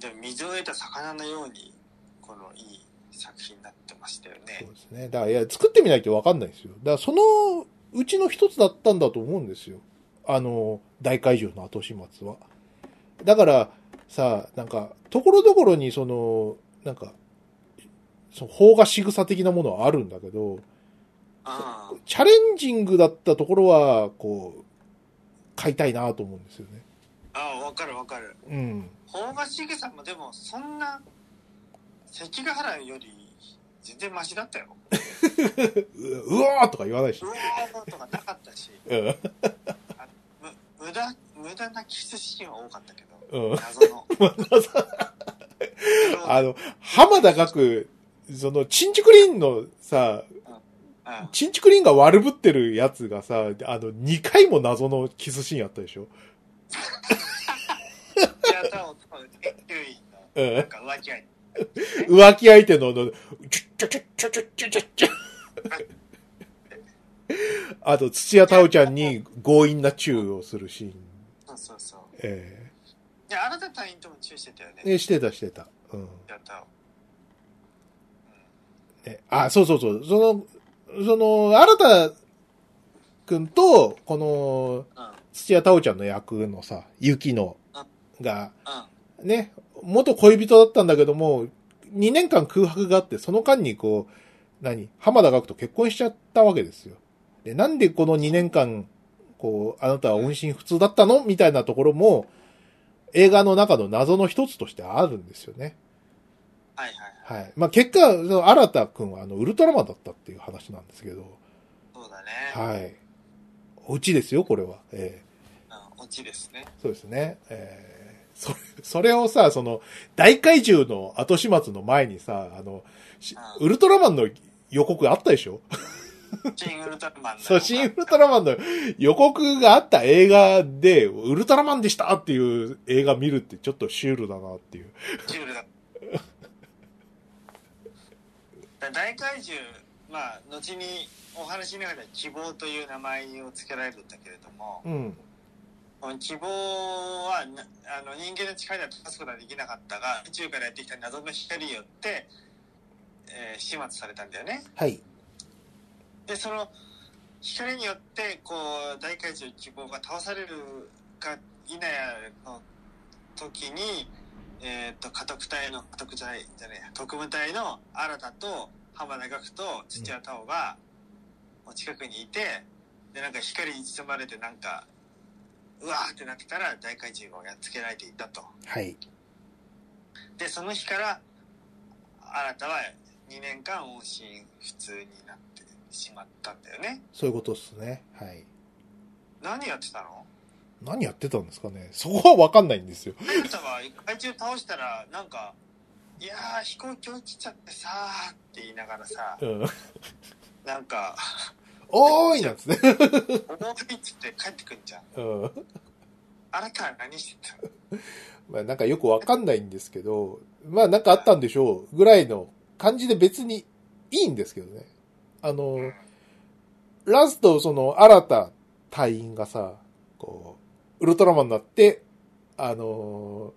Speaker 1: でも水を得た魚のように、このいい作品になってましたよね
Speaker 2: そう。ですね。だから、いや、作ってみないとわかんないですよ。だから、そのうちの一つだったんだと思うんですよ。あの、大怪獣の後始末は。だから、さ、なんか、ところどころに、その、なんか、その、邦画仕草的なものはあるんだけど、
Speaker 1: ああ、
Speaker 2: チャレンジングだったところは、こう、買いたいなと思うんですよね。
Speaker 1: ああ、わかるわかる。
Speaker 2: うん。
Speaker 1: 大賀茂さんもでも、そんな、関ヶ原より全然マシだったよ。
Speaker 2: ううわーとか言わないし
Speaker 1: う。わーとかなかったし、
Speaker 2: うん。
Speaker 1: 無駄、無駄なキスシーンは多かったけ ど、
Speaker 2: うん。
Speaker 1: 謎の。
Speaker 2: あの、浜田学、その、チンチクリーンの
Speaker 1: うん
Speaker 2: さ、チンチクリンが悪ぶってるやつがさ、あの、2回も謎のキスシーンあったでしょ
Speaker 1: シアターを使う研究員の、
Speaker 2: う
Speaker 1: なん
Speaker 2: ん。
Speaker 1: か浮気愛。
Speaker 2: 浮気相手の、の、ちょ、ちょ、ちょ、ちょ、ちょ、ちょ、ちょ。あと、土屋太鳳ちゃんに強引なチューをするシーン。
Speaker 1: そうそうそう。
Speaker 2: え
Speaker 1: で、新た隊員とも注意してたよね
Speaker 2: え。ね、してた、してた。うん。
Speaker 1: シアターを。
Speaker 2: ねあ、そうそうそう。その、その、新田くんと、この、
Speaker 1: うん。うん。
Speaker 2: 土屋太鳳ちゃんの役のさ、雪のが、
Speaker 1: うん。
Speaker 2: ね、元恋人だったんだけども、2年間空白があって、その間にこう、何、浜田学と結婚しちゃったわけですよ。で、なんでこの2年間、こう、あなたは音信不通だったのみたいなところも、映画の中の謎の一つとしてあるんですよね。
Speaker 1: はいはいはい。
Speaker 2: はい。まあ、結果、その新田くんはあの、ウルトラマンだったっていう話なんですけど、
Speaker 1: そうだね。
Speaker 2: はい。オチですよ、これは。ええ
Speaker 1: うん、オチですね。
Speaker 2: そうですね。えーそれ、それをさ、その、大怪獣の後始末の前にさ、あの、し
Speaker 1: うん
Speaker 2: ウルトラマンの予告あったでしょ
Speaker 1: シン・ウルトラマンの。
Speaker 2: そう、新ウルトラマンの予告があった映画で、ウルトラマンでしたっていう映画見るってちょっとシュールだなっていう。
Speaker 1: シュールだ。だ大怪獣、まあ、後にお話の中では希望という名前を付けられるんだけれども、
Speaker 2: うん。
Speaker 1: この希望はなあの人間の力では正すことはできなかったが、宇宙からやってきた謎の光によって、えー始末されたんだよね。
Speaker 2: はい。
Speaker 1: でその光によってこう大怪獣希望が倒されるか否やの時に、えー、と家督隊の家督隊じゃねえや特務隊の新田と浜田岳と土屋太鳳が近くにいてでなんか光に包まれてなんかうわーってなってたら大怪獣をやっつけられていったと。
Speaker 3: はい。
Speaker 1: で、その日から、新たは2年間音信不通になってしまったんだよね。
Speaker 2: そういうことっすね。はい。
Speaker 1: 何やってたの
Speaker 2: 何やってたんですかねそこはわかんないんですよ。
Speaker 1: あなたは怪獣倒したら、なんか、いやー、飛行機落ちちゃってさーって言いながらさ、
Speaker 2: うん。
Speaker 1: なん か、
Speaker 2: おーいなんつって。
Speaker 1: おもいっつって帰ってくんじゃん。
Speaker 2: うん。
Speaker 1: あなたは何してたの
Speaker 2: まあなんかよくわかんないんですけど、まあなんかあったんでしょうぐらいの感じで別にいいんですけどね。あの、ラスト、その、新た隊員がさ、こう、ウルトラマンになって、あの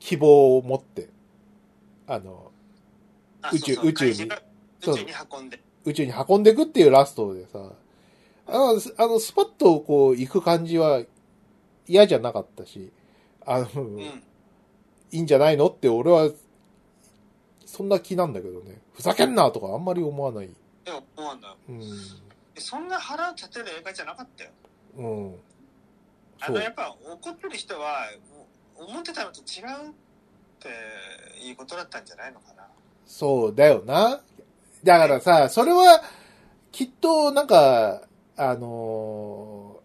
Speaker 2: ー希望を持って、あの
Speaker 1: あ
Speaker 2: 宇宙
Speaker 1: そうそう
Speaker 2: 宇宙に
Speaker 1: 怪獣が
Speaker 2: そ
Speaker 1: 宇
Speaker 2: う
Speaker 1: 宙に運んで。
Speaker 2: 宇宙に運んでいくっていうラストでさ、あの、すあのスパッとこう、行く感じは嫌じゃなかったし、あの、
Speaker 1: うん。
Speaker 2: いいんじゃないのって俺は、そんな気なんだけどね。ふざけんなとかあんまり思わない。
Speaker 1: でも思うんだよ。
Speaker 2: うん。
Speaker 1: そんな腹立てる映画じゃなかったよ。
Speaker 2: うん。
Speaker 1: あ
Speaker 2: そ
Speaker 1: の、や
Speaker 2: う。
Speaker 1: っぱ怒ってる人は、お思ってたのと違うっていうことだったんじゃないのかな。
Speaker 2: そうだよな。だからさ、それは、きっと、なんか、あの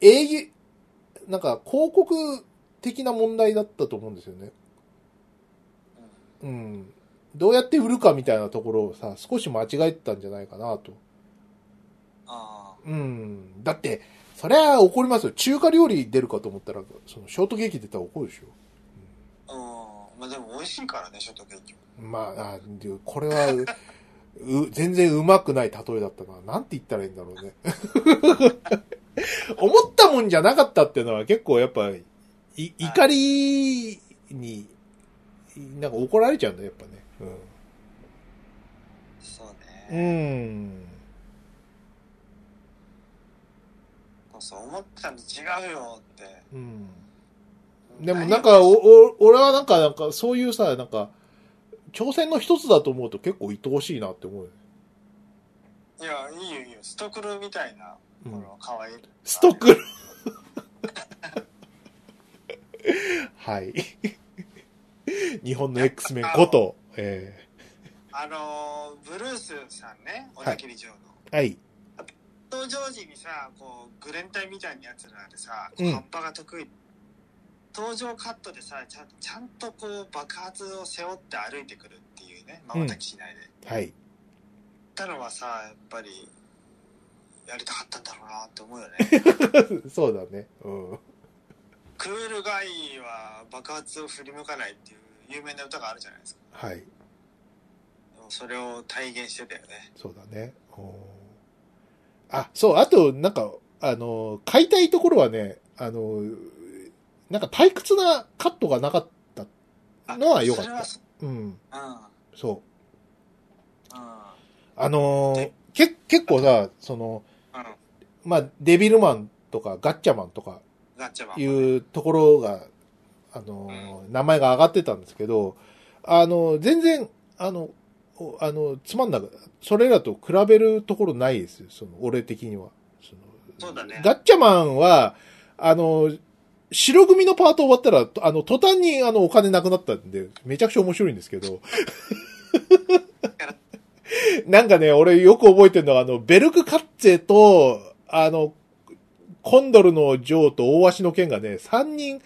Speaker 2: ー営業、なんか広告的な問題だったと思うんですよね。うん。どうやって売るかみたいなところをさ、少し間違えてたんじゃないかなと。
Speaker 1: あ
Speaker 2: うん。だって、そりゃ怒りますよ。中華料理出るかと思ったら、そのショートケーキ出たら怒るでしょ。
Speaker 1: あ。うん。まあでも美味しいからね、ショートケーキも。
Speaker 2: まあ、あでこれは、う全然うまくない例えだったな。なんて言ったらいいんだろうね。 思ったもんじゃなかったっていうのは結構やっぱ、い怒りに、なんか怒られちゃうんだよ、やっぱね。
Speaker 1: そうね。
Speaker 2: うん。うん。
Speaker 1: そうそう、思ってたのと違うよって。
Speaker 2: うん。でもなんか、お、お、俺はなんか、なんか、そういうさ、なんか、挑戦の一つだと思うと結構愛おしいなって思うよね。
Speaker 1: いや、いいよいいよ。ストクルみたいな、
Speaker 2: う
Speaker 1: こ
Speaker 2: ん
Speaker 1: の、かわいい。
Speaker 2: ストック。はい。日本の X メンこと、え
Speaker 1: あのー、ブルースさんね、小田切城の。
Speaker 2: ーはい。
Speaker 1: 登場時にさ、こう、グレン隊みたいなやつらでさ、
Speaker 2: うん
Speaker 1: 葉っぱが得意。登場カットでさちゃん、ちゃんとこう、爆発を背負って歩いてくるっていうね、まばたきしないで。
Speaker 2: はい。
Speaker 1: たのはさ、やっぱり、やりたかったんだろうなって思うよね。
Speaker 2: そうだね。うん。
Speaker 1: クールガイは爆発を振り向かないっていう有名な歌があるじゃないですか。
Speaker 2: はい。
Speaker 1: それを体現してたよね。
Speaker 2: そうだね。おーあ、そう、あと、なんか、あの、買いたいところはね、あの、なんか退屈なカットがなかったのは良かった。
Speaker 1: そ
Speaker 2: うん。
Speaker 1: れは
Speaker 2: そう。
Speaker 1: そう、
Speaker 2: あのー
Speaker 1: で
Speaker 2: け、結構さ、その、
Speaker 1: うん。うん。
Speaker 2: まあ、デビルマンとかガッチャマンとか、
Speaker 1: ガッチャマン。
Speaker 2: いうところが、あの、名前が上がってたんですけど、あの、全然、あの、おあの、つまんなく、それらと比べるところないですよ、その、俺的には。その
Speaker 1: そうだね
Speaker 2: ガッチャマンは、あの、白組のパート終わったら、とあの、途端にあの、お金なくなったんで、めちゃくちゃ面白いんですけ ど。なんかね、俺よく覚えてるのは、あの、ベルクカッツェと、あの、コンドルのジョーと大足の剣がね、三人、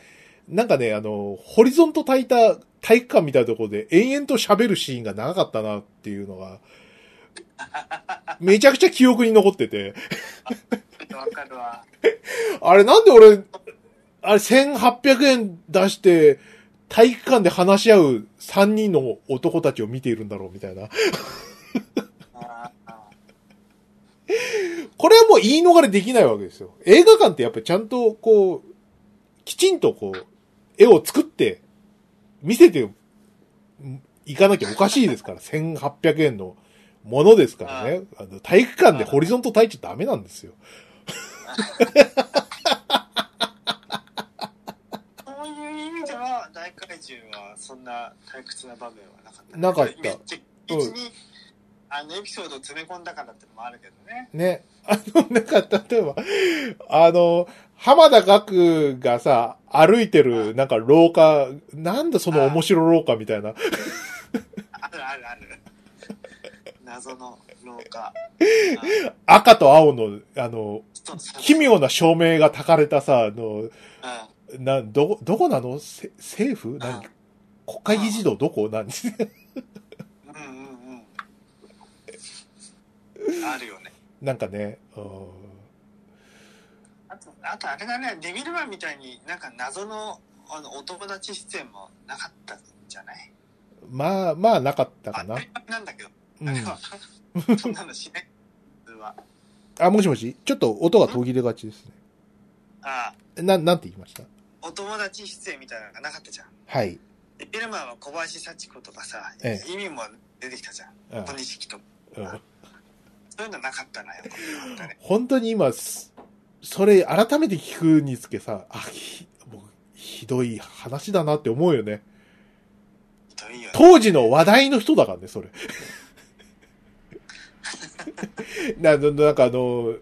Speaker 2: なんかね、あの、ホリゾンと炊いた体育館みたいなところで延々と喋るシーンが長かったなっていうのが、めちゃくちゃ記憶に残ってて、
Speaker 1: わかるわ。
Speaker 2: あれなんで俺、あれ1800円出して、体育館で話し合う三人の男たちを見ているんだろうみたいな。
Speaker 1: あー
Speaker 2: これはもう言い逃れできないわけですよ。映画館ってやっぱりちゃんとこう、きちんとこう、絵を作って、見せていかなきゃおかしい ですから、1800円のものですからね。あの体育館でホリゾンと耐えちゃダメなんですよ。
Speaker 1: そういう意味では、大怪獣はそんな退屈な場面はなかったね、
Speaker 2: なかった
Speaker 1: めっちゃ別に、あの、エピソードを詰め込んだからってのもあるけどね。
Speaker 2: ね。あの、なんか、例えば、あの、浜田学がさ、歩いてる、なんか廊下、なんだその面白廊下みたいな。
Speaker 1: あるあるあ る。謎の廊下。
Speaker 2: 赤と青の、あの、
Speaker 1: そうそう
Speaker 2: 奇妙な照明が焚かれたさ、あの、
Speaker 1: うん
Speaker 2: な、どこ、どこなのせ政府
Speaker 1: うん
Speaker 2: 何国会議事堂どこ何
Speaker 1: うんうんうん。あるよね。
Speaker 2: なんかね、うん
Speaker 1: あと、あとあれだね、デビルマンみたいになんか謎のあのお友達出演もなかったんじゃない
Speaker 2: まあ、まあ、なかった
Speaker 1: あ
Speaker 2: かな。
Speaker 1: なんだけど、
Speaker 2: う
Speaker 1: あ
Speaker 2: ん
Speaker 1: れ。は、そんなのしない。普通は。
Speaker 2: あ、もしもし、ちょっと音が途切れがちですね。
Speaker 1: ああ、
Speaker 2: な、なんて言いました
Speaker 1: お友達出演みたいなのがなかったじゃん。
Speaker 2: はい。
Speaker 1: デビルマンは小林幸子とかさ、
Speaker 2: え
Speaker 1: 意味も出てきたじゃん。
Speaker 2: うん
Speaker 1: 小錦とか。
Speaker 2: うん
Speaker 1: そういうのなかったなよ、これなんかね
Speaker 2: 本当に今、すそれ改めて聞くにつけさ、あ、ひ、もうひどい話だなって思うよね。
Speaker 1: ひどいよね。
Speaker 2: 当時の話題の人だからね、それ。なななんかあの、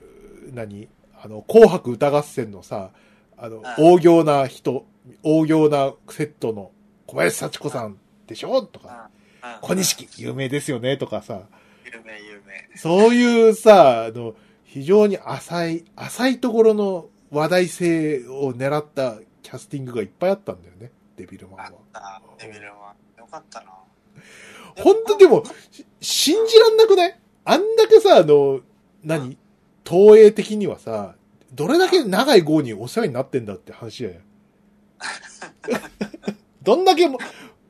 Speaker 2: 何あの、紅白歌合戦のさ、あの、
Speaker 1: あ
Speaker 2: 大行な人、大行なセットの小林幸子さんでしょとか、
Speaker 1: うん
Speaker 2: 小。錦有名ですよねとかさ、
Speaker 1: 有名、有名。
Speaker 2: そういうさ、あの、非常に浅い、浅いところの話題性を狙ったキャスティングがいっぱいあったんだよね、デビルマン
Speaker 1: あ
Speaker 2: は
Speaker 1: っ。た、デビルマン。よかったな。
Speaker 2: 本当でも、し信じらんなくないあんだけさ、あの、何東映的にはさ、どれだけ長い号にお世話になってんだって話やよ。 どんだけも、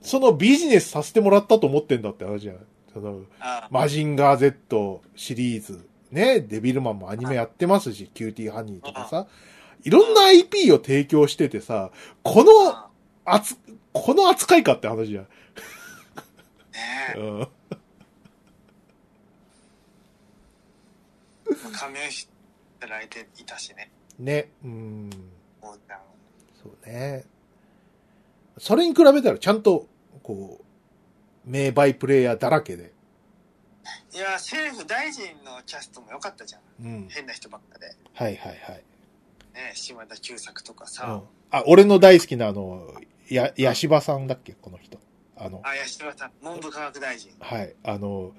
Speaker 2: そのビジネスさせてもらったと思ってんだって話や。その
Speaker 1: あ
Speaker 2: マジンガー Z シリーズ、ね、デビルマンもアニメやってますし、キューティーハニーとかさ、いろんな IP を提供しててさ、この、
Speaker 1: あ。
Speaker 2: 扱この扱いかって話じゃん。
Speaker 1: ねえ。
Speaker 2: うん。
Speaker 1: 仮面働いていたしね。
Speaker 2: ね、うん。
Speaker 1: こうちゃん。
Speaker 2: そうね。それに比べたらちゃんと、こう、名バイプレイヤーだらけで。
Speaker 1: いや、政府大臣のキャストも良かったじゃん。
Speaker 2: うん。
Speaker 1: 変な人ばっかで。
Speaker 2: はいはいはい。
Speaker 1: ねえ島田久作とか
Speaker 2: う
Speaker 1: さ
Speaker 2: ん。、あ、俺の大好きなあの、や、ヤシバさんだっけこの人。あの、
Speaker 1: あ、いや、島田さん、文部科学大臣。
Speaker 2: はい。あの、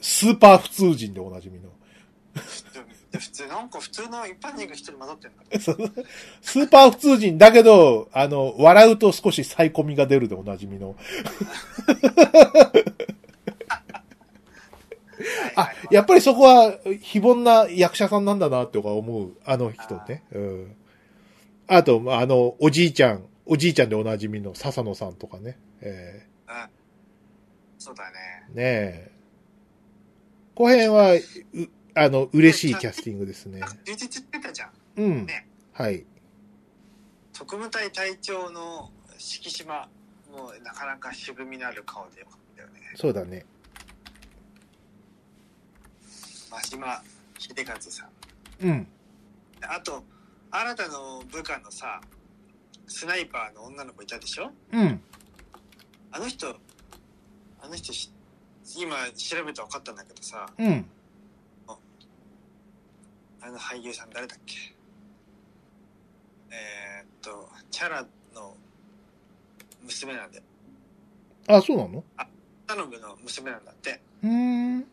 Speaker 2: スーパー普通人でおなじみの。
Speaker 1: 普通、なんか普通の一般人が一人混ざってるんだ。
Speaker 2: スーパー普通人だけど、あの、笑うと少しサイコミが出るでおなじみの。 あ、やっぱりそこは非凡な役者さんなんだな、とか思う、あの人ね。うん。あと、まああの、おじいちゃん、おじいちゃんでおなじみの笹野さんとかね。え
Speaker 1: ぱ。うん。そうだね。
Speaker 2: ーねえ。この辺は、う、あの、嬉しいキャスティングですね
Speaker 1: なん。か充実してたじゃん。
Speaker 2: うん
Speaker 1: ね。
Speaker 2: はい。
Speaker 1: 特務隊隊長の敷島もうなかなか渋みのある顔でよかったよね。
Speaker 2: そうだね。
Speaker 1: 真島秀和さん。
Speaker 2: うん。
Speaker 1: あと、新たの部下のさ、スナイパーの女の子いたでしょ
Speaker 2: うん。
Speaker 1: あの人、あの人し、今調べて分かったんだけどさ、
Speaker 2: うん。
Speaker 1: あの俳優さん誰だっけえー、っと、チャラの娘なんだよ。
Speaker 2: あ、そうなの
Speaker 1: タノブの娘なんだって。
Speaker 2: うーん。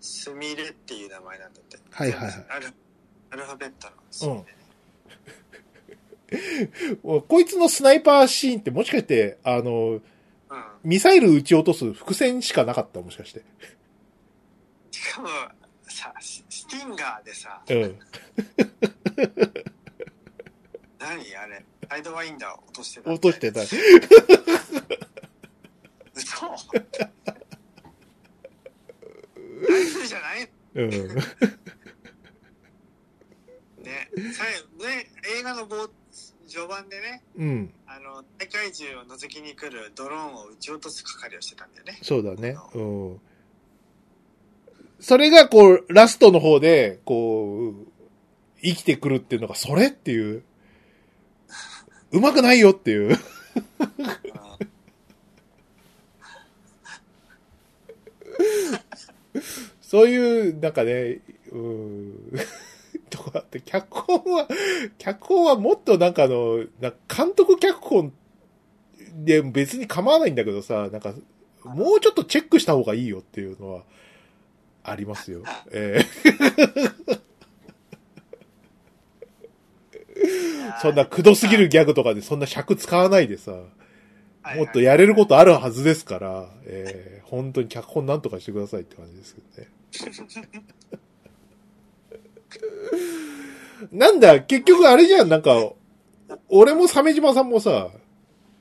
Speaker 1: スミレっていう名前なんだって。
Speaker 2: はいはいはい
Speaker 1: アルアルファベットのスミレね。
Speaker 2: おこいつのスナイパーシーンってもしかして、あの、
Speaker 1: うん。
Speaker 2: ミサイル撃ち落とす伏線しかなかったもしかして。
Speaker 1: しかも、さ、ススティンガーでさ、
Speaker 2: うん。
Speaker 1: 何あれ、サイドワインダー落としてた。
Speaker 2: 落としてた。。
Speaker 1: 嘘ライフルじゃない
Speaker 2: うん。
Speaker 1: ね、さね映画の冒序盤でね
Speaker 2: うん。
Speaker 1: あの世界中を覗きに来るドローンを撃ち落とす係をしてたんだよね
Speaker 2: そうだね。うん。それが、こう、ラストの方で、こう、生きてくるっていうのが、それっていう。うまくないよっていう。そういう、なんかね、うん。とか、って、脚本は、脚本はもっとなんかあの、なんか監督脚本で別に構わないんだけどさ、なんか、もうちょっとチェックした方がいいよっていうのは、ありますよ。ええそんなくどすぎるギャグとかでそんな尺使わないでさ、もっとやれることあるはずですから、ええ本当に脚本なんとかしてくださいって感じですけ どね。なんだ、結局あれじゃん、なんか、俺も鮫島さんもさ、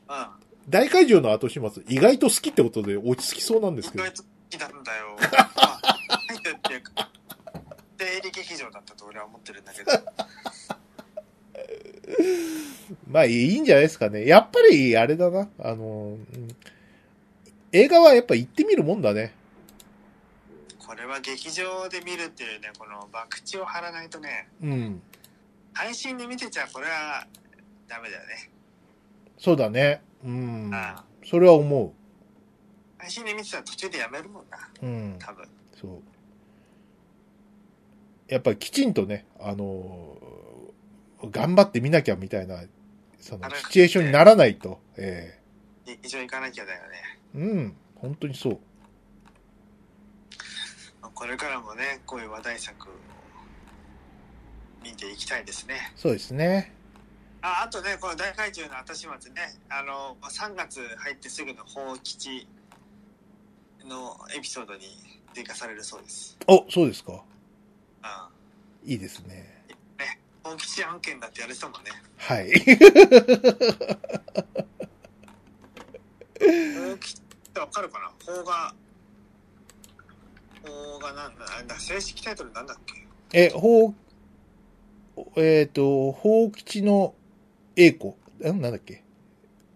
Speaker 1: は
Speaker 2: 大怪獣の後始末、意外と好きってことで落ち着きそうなん
Speaker 1: い。うん。
Speaker 2: で
Speaker 1: 意
Speaker 2: すけど
Speaker 1: 外。と好きなんだ よ。まあ、入ったっていうか、生理劇場だったと俺は思ってるんだけど。
Speaker 2: まあ、いいんじゃないですかね。やっぱり、あれだな。あの、うん映画はやっぱ行ってみるもんだね。
Speaker 1: これは劇場で見るっていうね、この博打を張らないとね、
Speaker 2: うん。
Speaker 1: 配信で見てちゃこれはダメだよね。
Speaker 2: そうだね。うん
Speaker 1: うん。。
Speaker 2: それは思
Speaker 1: 配信で見てたら途中でやめるもんな、
Speaker 2: う。うん。
Speaker 1: 多分。
Speaker 2: そう。やっぱりきちんとね、あの、頑張ってみなきゃみたいな、その、シチュエーションにならないと。え
Speaker 1: 劇場行かなきゃだよね。
Speaker 2: えうん。本当にそう。
Speaker 1: これからもね、こういう話題作を見ていきたいですね。
Speaker 2: そうですね。
Speaker 1: ああとね、この大怪獣の後始末ね、あの、3月入ってすぐの放吉のエピソードに追加されるそうです。
Speaker 2: お、そうですか。
Speaker 1: うん。
Speaker 2: いいですね。
Speaker 1: ね、放吉案件だってやれてたもんね。
Speaker 2: はい。
Speaker 1: 放吉ってわかるかな法が、法がなんだ、なんだ、正式タイトルなんだっけ
Speaker 2: え、ほう、えっ、と、ほう吉の栄子。んなんだっけ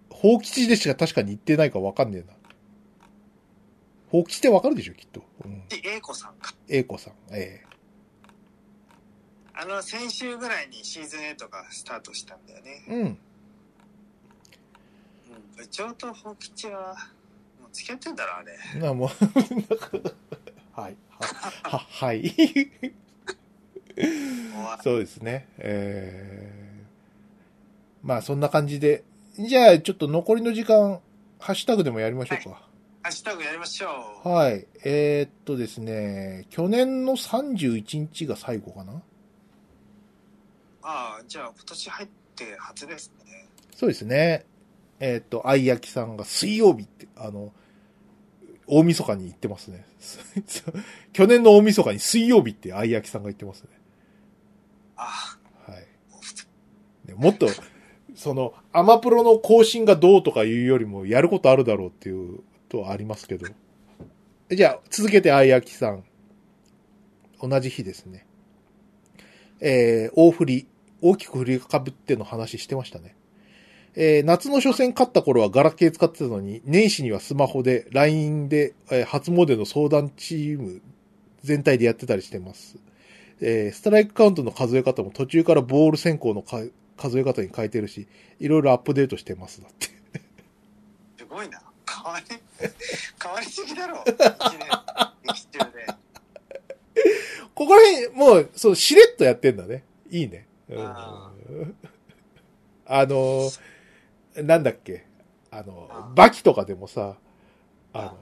Speaker 2: ほう吉でしか確かに言ってないかわかんねえな。ほう吉ってわかるでしょ、きっと。うん。
Speaker 1: で英子さんか。
Speaker 2: 栄子さん。え
Speaker 1: あの、先週ぐらいにシーズン8がスタートしたんだよね
Speaker 2: え。うん。
Speaker 1: うん部長と放吉は、もう付き合ってんだろ、あれ。
Speaker 2: な、もう なんか、はい。は、は、はい。
Speaker 1: もう
Speaker 2: そうですね。えー、まあ、そんな感じで。じゃあ、ちょっと残りの時間、ハッシュタグでもやりましょうか。
Speaker 1: ハッシュタグやりましょう。
Speaker 2: はい。えーっとですね、去年の31日が最後かな
Speaker 1: ああ、じゃあ今年入って初ですね。
Speaker 2: そうですね。えーっと、愛焼さんが水曜日って、あの、大晦日に行ってますね。 去年の大晦日に水曜日って愛焼さんが言ってますね。
Speaker 1: あ
Speaker 2: はい。
Speaker 1: あ、もう普通
Speaker 2: ねもっと、その、アマプロの更新がどうとかいうよりも、やることあるだろうっていう、とはありますけど。じゃあ、続けて、あいあきさん。同じ日ですね。えー、大振り、大きく振りかぶっての話してましたね。えー、夏の初戦勝った頃はガラケー使ってたのに、年始にはスマホで、LINE で、えー初詣の相談チーム全体でやってたりしてます。えーストライクカウントの数え方も途中からボール先行のか数え方に変えてるし、いろいろアップデートしてますだって。
Speaker 1: すごいな。変わり、変わりすぎだろ。一年、歴史中で。
Speaker 2: ここら辺、もう、そう、しれっとやってんだね。いいね。うん、あ
Speaker 1: あ
Speaker 2: のー、なんだっけ。あの、バキとかでもさ、あの、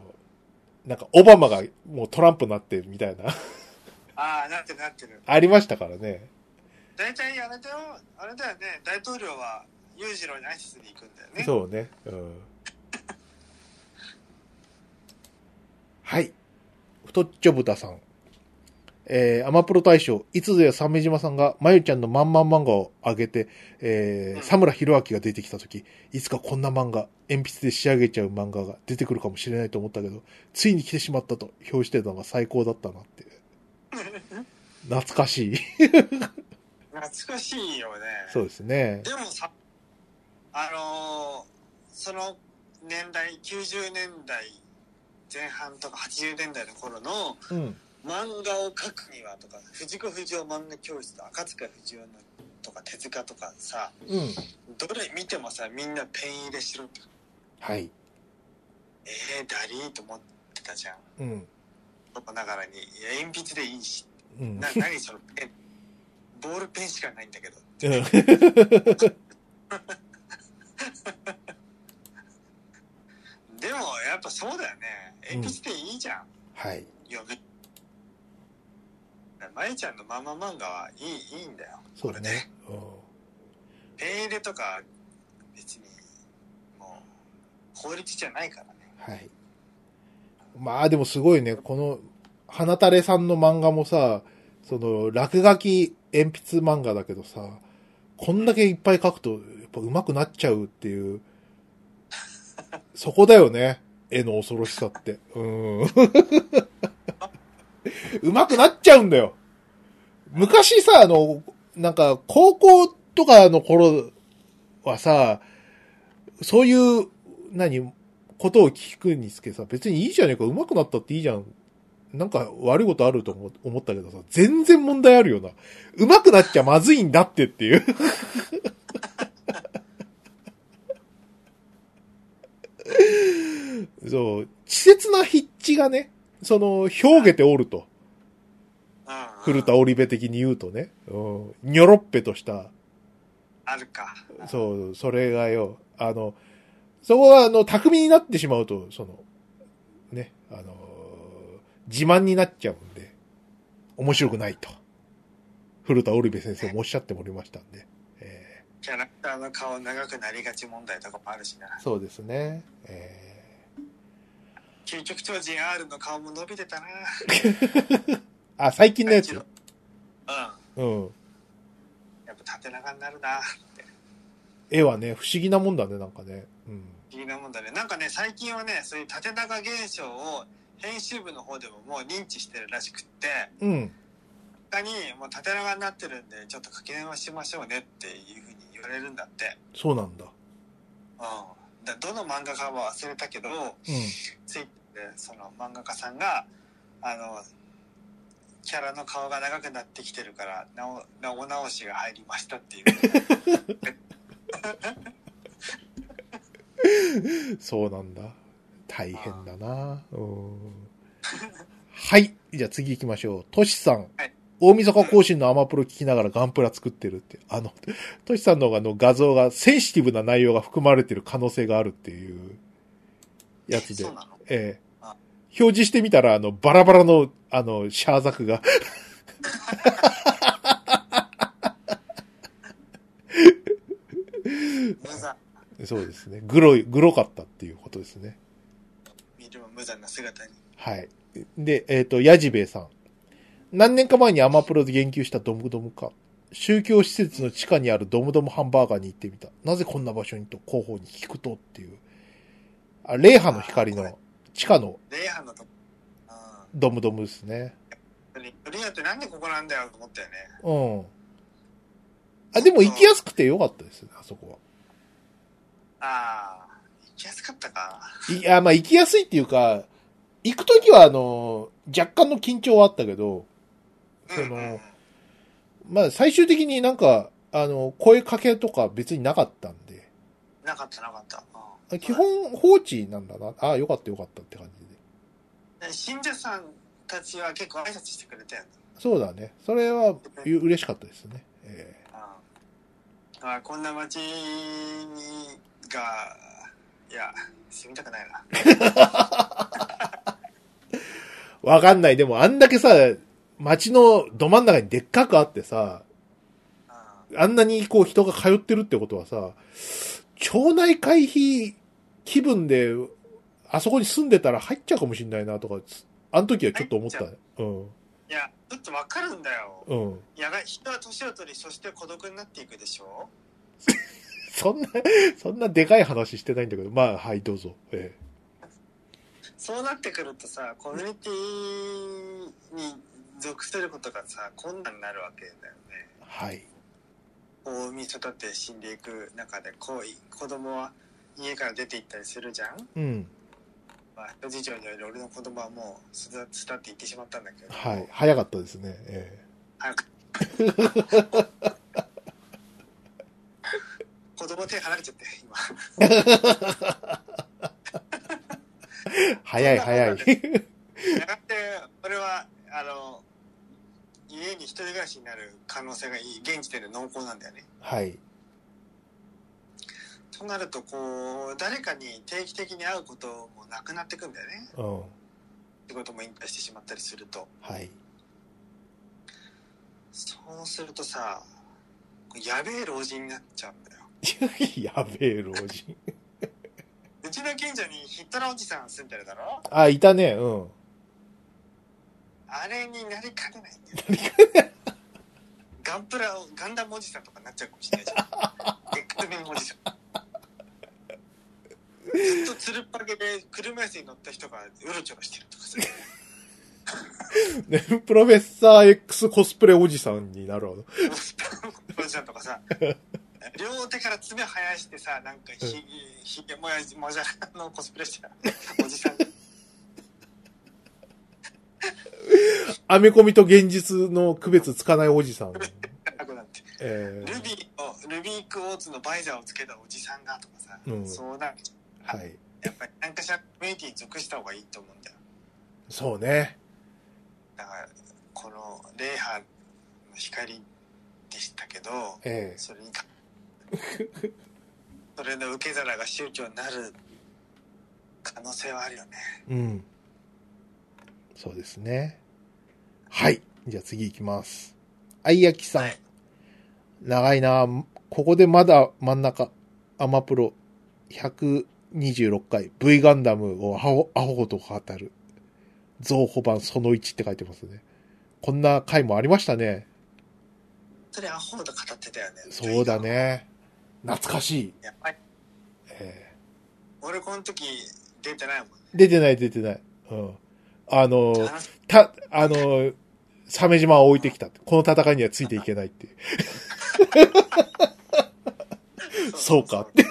Speaker 2: なんかオバマがもうトランプになってみたいな、
Speaker 1: ああ、なってるなってる。
Speaker 2: ありましたからね。
Speaker 1: 大体あれだよ、あれだよね、大統領は裕次郎に挨拶に行くんだよね。
Speaker 2: そうね。うん。はい。太っちょ豚さん。えー、アマプロ大賞、いつぞや鮫島さんが、まゆちゃんのまんまん漫画をあげて、え
Speaker 1: う
Speaker 2: ー、
Speaker 1: ん
Speaker 2: 佐村博明が出てきたとき、いつかこんな漫画、鉛筆で仕上げちゃう漫画が出てくるかもしれないと思ったけど、ついに来てしまったと、表してたのが最高だったなって。懐かしい。
Speaker 1: 懐かしいよね。
Speaker 2: そうですね。
Speaker 1: でもさ、あのーその年代、90年代前半とか80年代の頃の
Speaker 2: うん。
Speaker 1: 漫画を描くにはとか、藤子不二雄漫画教室と赤塚不二夫のとか手塚とかさ、
Speaker 2: うん。
Speaker 1: どれ見てもさ、みんなペン入れしろって。
Speaker 2: はい。
Speaker 1: えー、だりーと思ってたじゃん。
Speaker 2: うん。
Speaker 1: とかながらに、いや鉛筆でいいし、
Speaker 2: うん
Speaker 1: な。何そのペン、ボールペンしかないんだけど。でも、やっぱそうだよね。
Speaker 2: うん
Speaker 1: 鉛筆でいいじゃん。
Speaker 2: はい。
Speaker 1: 読み。まえちゃんのママ漫画はいい、いいんだよ。
Speaker 2: そうだね。うん
Speaker 1: ペン入れとか、別に、もう、法律じゃないからね。
Speaker 2: はい。まあでもすごいね、この、花垂れさんの漫画もさ、その、落書き鉛筆漫画だけどさ、こんだけいっぱい書くと、やっぱ上手くなっちゃうっていう、そこだよね。絵の恐ろしさって。うん。上手くなっちゃうんだよ。昔さ、あの、なんか、高校とかの頃はさ、そういう、何、ことを聞くにつけさ、別にいいじゃねえか、上手くなったっていいじゃん。なんか悪いことあると思思ったけどさ、全然問題あるよな。上手くなっちゃまずいんだってっていう。 そう、稚拙な筆致がね、その、表げておると。
Speaker 1: うん、うん。
Speaker 2: 古田織部的に言うとね。うん。にょろっぺとした
Speaker 1: あるか。
Speaker 2: そう、それがよ、あの、そこは、あの、巧みになってしまうと、その、ね、あの、自慢になっちゃうんで、面白くないと。古田織部先生もおっしゃっておりましたんで。え
Speaker 1: キャラクターの顔長くなりがち問題とかもあるしな。
Speaker 2: ーそうですね。え
Speaker 1: 究極超人 R の顔も伸びてたな。
Speaker 2: ーあ、最近のやつ。
Speaker 1: うん。
Speaker 2: う
Speaker 1: や
Speaker 2: ん。
Speaker 1: っぱ縦長になるな。
Speaker 2: 絵はね、不思議なもんだね、なんかね。うん。
Speaker 1: 不思議なもんだね。なんかね、最近はね、そういう縦長現象を編集部の方でももう認知してるらしくって、
Speaker 2: うん。
Speaker 1: 他にもう縦長になってるんで、ちょっと書き直しましょうねっていうふうに言われるんだって。
Speaker 2: そうなん
Speaker 1: う
Speaker 2: だ。
Speaker 1: ん。だどの漫画家は忘れたけど、
Speaker 2: う
Speaker 1: ツイッターでその漫画家さんがあのキャラの顔が長くなってきてるからなおなお直しが入りましたっていう
Speaker 2: ん。そうなんだ。大変だな。うん。はい。じゃあ次行きましょう。トシさん。
Speaker 1: はい
Speaker 2: 大晦日更新のアマプロ聞きながらガンプラ作ってるって。あの、トシさんの方があの画像がセンシティブな内容が含まれてる可能性があるっていう やつで
Speaker 1: そう。なの
Speaker 2: ええ
Speaker 1: あ
Speaker 2: 表示してみたら、あの、バラバラの、あの、シャーザクが。
Speaker 1: 無残
Speaker 2: そうですね。グロい、グロかったっていうことですね。
Speaker 1: 見るも無残な姿に
Speaker 2: はい。で、えっ、と、やじべえさん。何年か前にアマプロで言及したドムドムか。宗教施設の地下にあるドムドムハンバーガーに行ってみた。なぜこんな場所にと広報に聞くとっていう。あ、霊波の光の地下の
Speaker 1: レイハンのとこ
Speaker 2: ドムドムですね。
Speaker 1: うんリリアってなんでここなんだよと思ったよね
Speaker 2: うん。あ、でも行きやすくてよかったですね、あそこ
Speaker 1: ああ行きやすかったか
Speaker 2: は。いあ、まあ行きやすいっていうか、行くときはあの、若干の緊張はあったけど、その
Speaker 1: うんうんうん
Speaker 2: まあ最終的になんか、あの、声かけとか別になかったんで、
Speaker 1: なかったなかった、うん
Speaker 2: 基本放置なんだな。ああ、よかったよかったって感じで。
Speaker 1: で信者さんたちは結構挨拶してくれたよね
Speaker 2: そうだね。それはゆ嬉しかったですね。え
Speaker 1: うんあーこんな街にがいや住みたくないな
Speaker 2: えわかんない。でもあんだけさ、街のど真ん中にでっかくあってさ、
Speaker 1: う
Speaker 2: あんなにこう人が通ってるってことはさ、町内会費気分で、あそこに住んでたら入っちゃうかもしんないなとか、あの時はちょっと思った
Speaker 1: 入
Speaker 2: ね。うん。
Speaker 1: んいやちょっとわかるんだよ
Speaker 2: うん。
Speaker 1: やが人は年を取りそして孤独になっていくでしょ
Speaker 2: そんな、そんなでかい話してないんだけど、まあ、はい、どうぞ。ええ
Speaker 1: そうなってくるとさコミュニティに属することがさ困難になるわけだよね
Speaker 2: はい。
Speaker 1: 大晦日って死んでいく中でこうい子供は家から出て行ったりするじゃん、
Speaker 2: うん。
Speaker 1: まあ、人事情により俺の子供はもう巣立っていってしまったんだけど、
Speaker 2: はい。早かったですね。ええ
Speaker 1: 早く 子供手離れちゃって今
Speaker 2: 早い早い。
Speaker 1: やがて俺はあの家に一人暮らしになる可能性がいい現時点で濃厚なんだよね
Speaker 2: はい。
Speaker 1: となるとこう誰かに定期的に会うこともなくなってくんだよね
Speaker 2: うん。
Speaker 1: 仕事も引退してしまったりすると
Speaker 2: はい。
Speaker 1: そうするとさやべえ老人になっちゃうんだよ
Speaker 2: やべえ、老人。
Speaker 1: うちの近所にヒットラおじさん住んでるだろ
Speaker 2: あ、いたね。うん。
Speaker 1: あれになりかねないんだよ、ね、ガンプラをガンダムおじさんとかになっちゃうかもしれないじゃん X メンおじさんずっとつるっぱげで車椅子に乗った人がうろちょろしてるとかさ
Speaker 2: ね、プロフェッサー X コスプレおじさんになるわ。
Speaker 1: おじさんとかさ両手から爪生やしてさなんかひ,、
Speaker 2: うん
Speaker 1: ひげもやじもじゃらのコスプレしてるおじさん
Speaker 2: アメコミと現実の区別つかないおじさん。
Speaker 1: なくなって
Speaker 2: え
Speaker 1: ルビーをルビークオーツのバイザーをつけたおじさんがとかさ、
Speaker 2: うん
Speaker 1: そうなる
Speaker 2: ー、はい。
Speaker 1: やっぱり何かしらコミュニティに属した方がいいと思うんだよ
Speaker 2: そうね。
Speaker 1: だからこの礼拝の光でしたけど
Speaker 2: え
Speaker 1: それ にかそれの受け皿が宗教になる可能性はあるよね
Speaker 2: えうん。そうですね。はい。じゃあ次行きます。あいやきさん。長いなここでまだ真ん中、アマプロ126回 V ガンダムをアホ、アホほど語る。増補版その1って書いてますね。こんな回もありましたね。
Speaker 1: それアホと語ってたよね
Speaker 2: そうだね。懐かしい。
Speaker 1: やっぱり
Speaker 2: え
Speaker 1: 俺この時出てないもんね
Speaker 2: ー出てない出てない。うん。あのー、
Speaker 1: 話
Speaker 2: た、あのー、鮫島を置いてきたって。この戦いにはついていけないっていう。そうか
Speaker 1: って。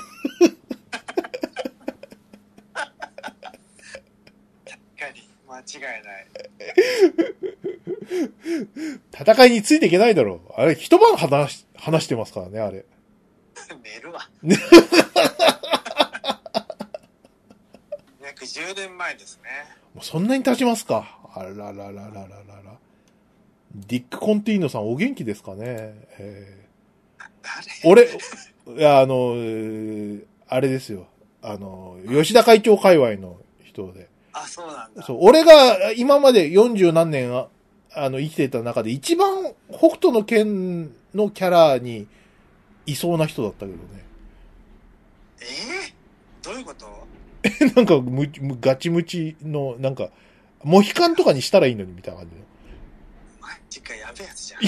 Speaker 1: 確かに、間違いない。
Speaker 2: 戦いについていけないだろう。あれ、一晩話し、話してますからね、あれ。
Speaker 1: 寝るわ。約10年前ですね。
Speaker 2: もうそんなに経ちますか。あらららららららら。ディック・コンティーノさんお元気ですかね。えー
Speaker 1: 誰
Speaker 2: 俺、いや、あの、えーあれですよ。あの、吉田会長界隈の人で。
Speaker 1: あ、そうなんだ。
Speaker 2: そう、俺が今まで40何年ああの生きてた中で一番北斗の剣のキャラにいそうな人だったけどね。
Speaker 1: ええどういうこと
Speaker 2: なんかむ、むガチムチの、なんか、モヒカンとかにしたらいいのにみたいな感じの。
Speaker 1: マジか、やべえやつじゃん。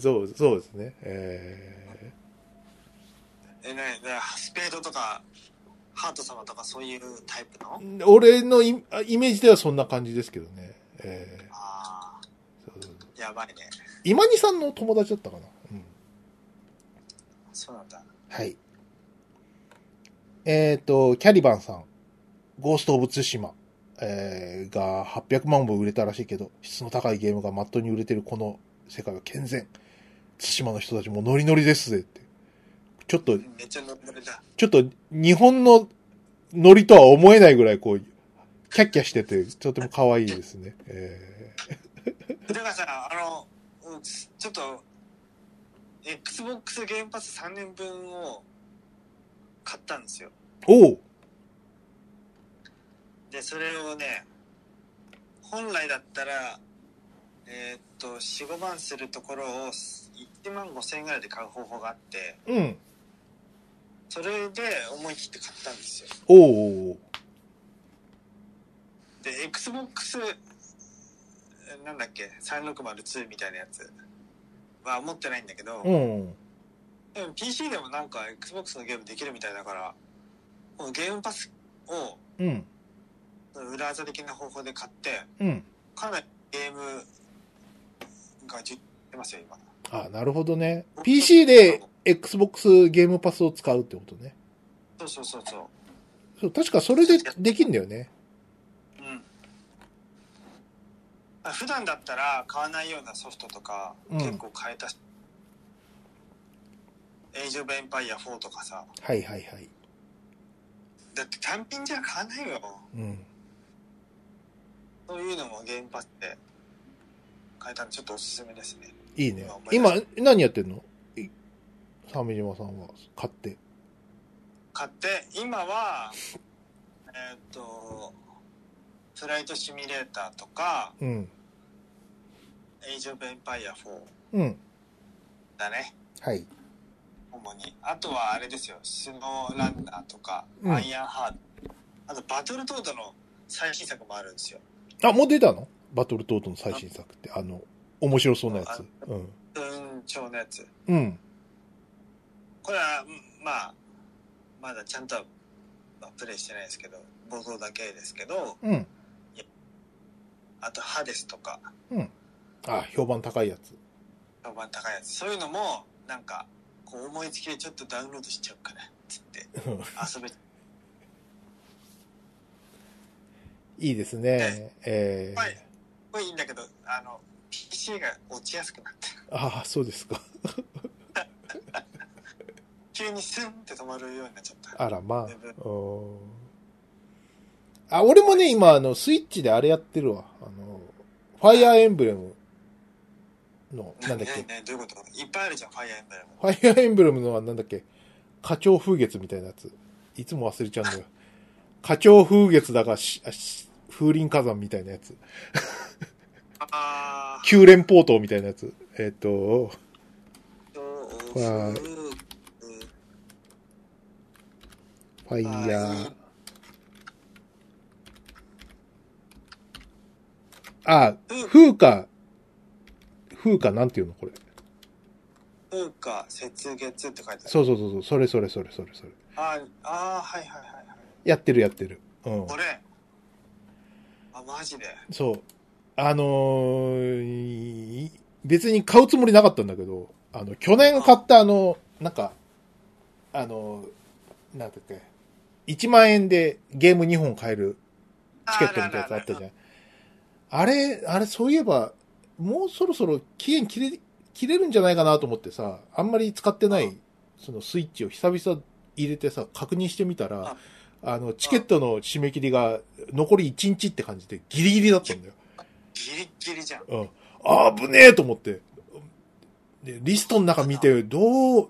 Speaker 2: そう、そうですね。え
Speaker 1: え、なに、なスペードとか、ハート様とかそういうタイプの
Speaker 2: ー俺のイイメージではそんな感じですけどね。えー
Speaker 1: あ
Speaker 2: そうそうそう
Speaker 1: あ、やばいね。
Speaker 2: 今にさんの友達だったかな。うん
Speaker 1: そうなんだ。
Speaker 2: はい。えっ、と、キャリバンさん、ゴースト・オブ・ツシマ、えーが800万本売れたらしいけど、質の高いゲームがまっとうに売れてるこの世界は健全。ツシマの人たちもノリノリですぜって。ちょっと、
Speaker 1: めっちゃ乗れた。
Speaker 2: ちょっと日本のノリとは思えないぐらいこう、キャッキャしてて、とても可愛いですね。え
Speaker 1: だからさ、あの、うんちょっと、Xbox ゲームパス3年分を買ったんですよ。
Speaker 2: ー、おう
Speaker 1: で、それをね、本来だったら、えーっと、4、5万するところを1万5千円ぐらいで買う方法があって、
Speaker 2: うん。
Speaker 1: それで思い切って買ったんですよ。
Speaker 2: おうおうおう
Speaker 1: で、Xbox、えなんだっけ、3602みたいなやつは持ってないんだけど、
Speaker 2: うん。
Speaker 1: でも PC でもなんか Xbox のゲームできるみたいだから、このゲームパスを
Speaker 2: うん。
Speaker 1: 裏技的な方法で買って、
Speaker 2: うん。
Speaker 1: かなりゲームが充実してますよ、今。
Speaker 2: あ、なるほどね。PC で Xbox ゲームパスを使うってことね。
Speaker 1: そうそうそうそう。
Speaker 2: そう、確かそれでできんだよね。
Speaker 1: うん。あ普段だったら買わないようなソフトとか、
Speaker 2: うん
Speaker 1: 結構買えたし、エイジオブエンパイア4とかさ、
Speaker 2: はいはいはい。
Speaker 1: だって単品じゃ買わないよ。
Speaker 2: うん。
Speaker 1: そういうのも原発で変えたんで、ちょっとおすすめですね。
Speaker 2: いいね。
Speaker 1: 今
Speaker 2: 今、何やってんのい鮫島さんは、買って。
Speaker 1: 買って、今は、えーっと、フライトシミュレーターとか、
Speaker 2: うん。
Speaker 1: エイジオブエンパイア4
Speaker 2: うん。
Speaker 1: だね、
Speaker 2: はい。
Speaker 1: 主に。あとはあれですよ、スノーランナーとか、
Speaker 2: うん
Speaker 1: アイアンハード。あと、バトルトードの最新作もあるんですよ。
Speaker 2: あ、もう出たのバトルトートの最新作って、あの、面白そうなやつ。うん。
Speaker 1: 文鳥のやつ。
Speaker 2: うん。
Speaker 1: これは、うんまあ、まだちゃんとは、まあプレイしてないですけど、冒頭だけですけど、
Speaker 2: うん。
Speaker 1: あと、ハデスとか、
Speaker 2: あ、評判高いやつ。
Speaker 1: 評判高いやつ。そういうのも、なんか、こう思いつきでちょっとダウンロードしちゃおうかな、つって
Speaker 2: うん
Speaker 1: 遊べ
Speaker 2: いいですね。えー
Speaker 1: はいごいいいんだけど、あの、PC が落ちやすくなった。
Speaker 2: ああ、そうですか。
Speaker 1: 急にスンって止まるようになっちゃった。
Speaker 2: あら、まあ
Speaker 1: 全部。
Speaker 2: うんあ、俺もね、今、あの、スイッチであれやってるわ。あの、ファイアーエンブレムの、なんだっけ
Speaker 1: ね。ねどういうこといっぱいあるじゃん、ファイアエンブレム。
Speaker 2: ファイアーエンブレムのはなんだっけ花鳥風月みたいなやつ。いつも忘れちゃうんだよ。花鳥風月だがし、あし風林火山みたいなやつ。
Speaker 1: あー、
Speaker 2: 九連ポートみたいなやつ。えっ、と、
Speaker 1: そう
Speaker 2: は
Speaker 1: うん
Speaker 2: ファイヤー。あ、風花。風花なんていうのこれ。
Speaker 1: 風花、雪月って書いてある。
Speaker 2: そうそうそうそう。それそれそれそれそれ。
Speaker 1: あーあー、はいはいはいはい。
Speaker 2: やってるやってる。うん。
Speaker 1: これ。あ、マジで。
Speaker 2: そう。あのーい別に買うつもりなかったんだけど、あの、去年買ったあの、なんか、あのーなんだっけ、1万円でゲーム2本買えるチケットみたいなやつあったじゃん。あれ、あれ、そういえば、もうそろそろ期限切れ、切れるんじゃないかなと思ってさ、あんまり使ってな
Speaker 1: う
Speaker 2: い、そのスイッチを久々入れてさ、確認してみたら
Speaker 1: あ、
Speaker 2: あの、チケットの締め切りが残り1日って感じでギリギリだったんだよ。
Speaker 1: ギリッギリじゃん。
Speaker 2: うん。あぶねえと思って。で、リストの中見て、どう、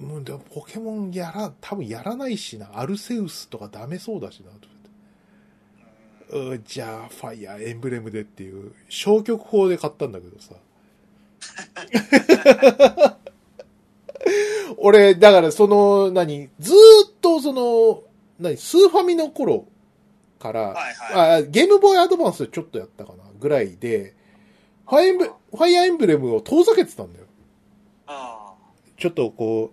Speaker 2: うん、でもポケモンやら、多分やらないしな、アルセウスとかダメそうだしな、と思っ
Speaker 1: う
Speaker 2: て。
Speaker 1: ん
Speaker 2: うんじゃあ、ファイアーエンブレムでっていう、消極法で買ったんだけどさ。俺、だからその、何、ずーっとその、何、スーファミの頃から、
Speaker 1: はいはい。
Speaker 2: あゲームボーイアドバンスちょっとやったかな、ぐらいで、ファイアーエンブファイアーエンブレムを遠ざけてたんだよ。
Speaker 1: あ
Speaker 2: ちょっとこ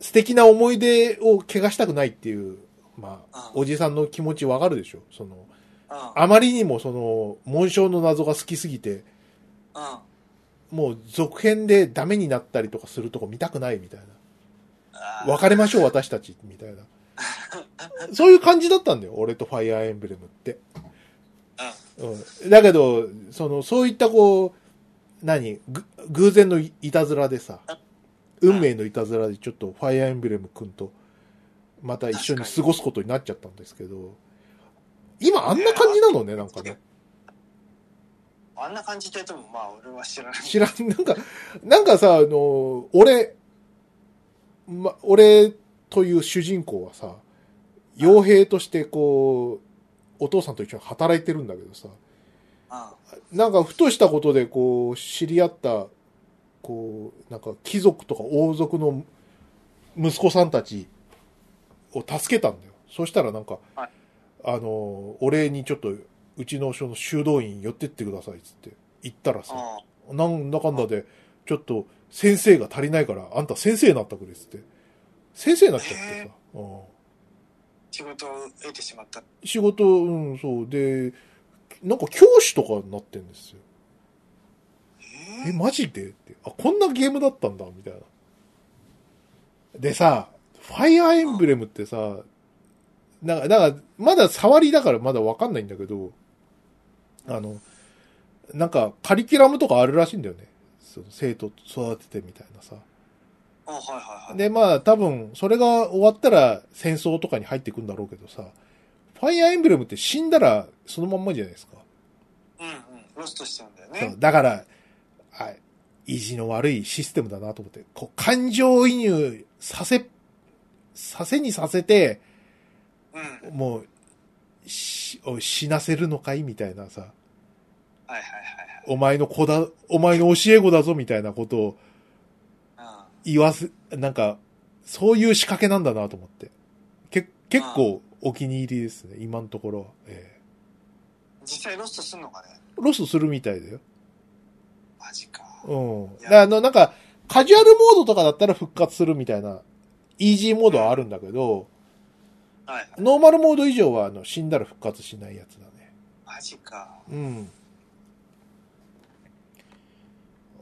Speaker 2: う、素敵な思い出を汚したくないっていう、まあ、
Speaker 1: うん
Speaker 2: おじさんの気持ちわかるでしょその、
Speaker 1: あ。
Speaker 2: あまりにもその、紋章の謎が好きすぎて、
Speaker 1: うん。うん。
Speaker 2: もう続編でダメになったりとかするとこ見たくないみたい
Speaker 1: あー
Speaker 2: な。別れましょう私たちみたいな。そういう感じだったんだよ。俺とファイアーエンブレムって。
Speaker 1: うん。
Speaker 2: うん。だけど、その、そういったこう、何、ぐ偶然のいいたずらでさ、運命のいたずらでちょっとファイアーエンブレム君と、また一緒に過ごすことになっちゃったんですけど、今あんな感じなのね、なんかね。
Speaker 1: あんな感じででも、まあ、俺は知らない。
Speaker 2: 知らん、なんか、なんかさ、あの、俺、ま、俺という主人公はさ、傭兵としてこう、お父さんと一緒に働いてるんだけどさ、
Speaker 1: う
Speaker 2: なんかふとしたことでこう、知り合った、こう、なんか貴族とか王族の息子さんたちを助けたんだよ。そしたらなんか、
Speaker 1: はい
Speaker 2: あの、お礼にちょっと、うちの署の修道院寄ってってくださいっつって、行ったらさ、
Speaker 1: ん。うん。
Speaker 2: なんだかんだで、ちょっと先生が足りないから、あんた先生になったくれっつって。先生になっちゃってさ。うん
Speaker 1: 仕事を得てしまった。
Speaker 2: 仕事、うん、そう。で、なんか教師とかになってんですよ。え、
Speaker 1: えー
Speaker 2: マジでって。あ、こんなゲームだったんだ、みたいな。でさ、ファイアーエンブレムってさ、なんか、なんか、まだ触りだからまだわかんないんだけど、あの、なんか、カリキュラムとかあるらしいんだよね。その生徒育ててみたいなさ。
Speaker 1: あはいはいはい。
Speaker 2: で、まあ、多分、それが終わったら戦争とかに入っていくんだろうけどさ、ファイアーエンブレムって死んだらそのまんまじゃないですか。
Speaker 1: ロストしちゃうんだよ
Speaker 2: そう
Speaker 1: ね。
Speaker 2: だから、あ意地の悪いシステムだなと思って、こう、感情移入させ、させにさせて、
Speaker 1: うん。はい
Speaker 2: もう、し、お死なせるのかいみたいなさ、
Speaker 1: はい
Speaker 2: お前の子だ、お前の教え子だぞみたいなことを
Speaker 1: はいはい。
Speaker 2: 言わす、なんか、そういう仕掛けなんだなと思って。け、結構お気に入りですね、今のところは。え
Speaker 1: うん。実際ロストするのかね
Speaker 2: えロスするみたいだよ。
Speaker 1: マジか。
Speaker 2: うん。
Speaker 1: い
Speaker 2: だ
Speaker 1: や
Speaker 2: からあの、なんか、カジュアルモードとかだったら復活するみたいな、イージーモードはあるんだけど、
Speaker 1: はい。
Speaker 2: ノーマルモード以上は、あの、死んだら復活しないやつだね。
Speaker 1: マジか。
Speaker 2: うん。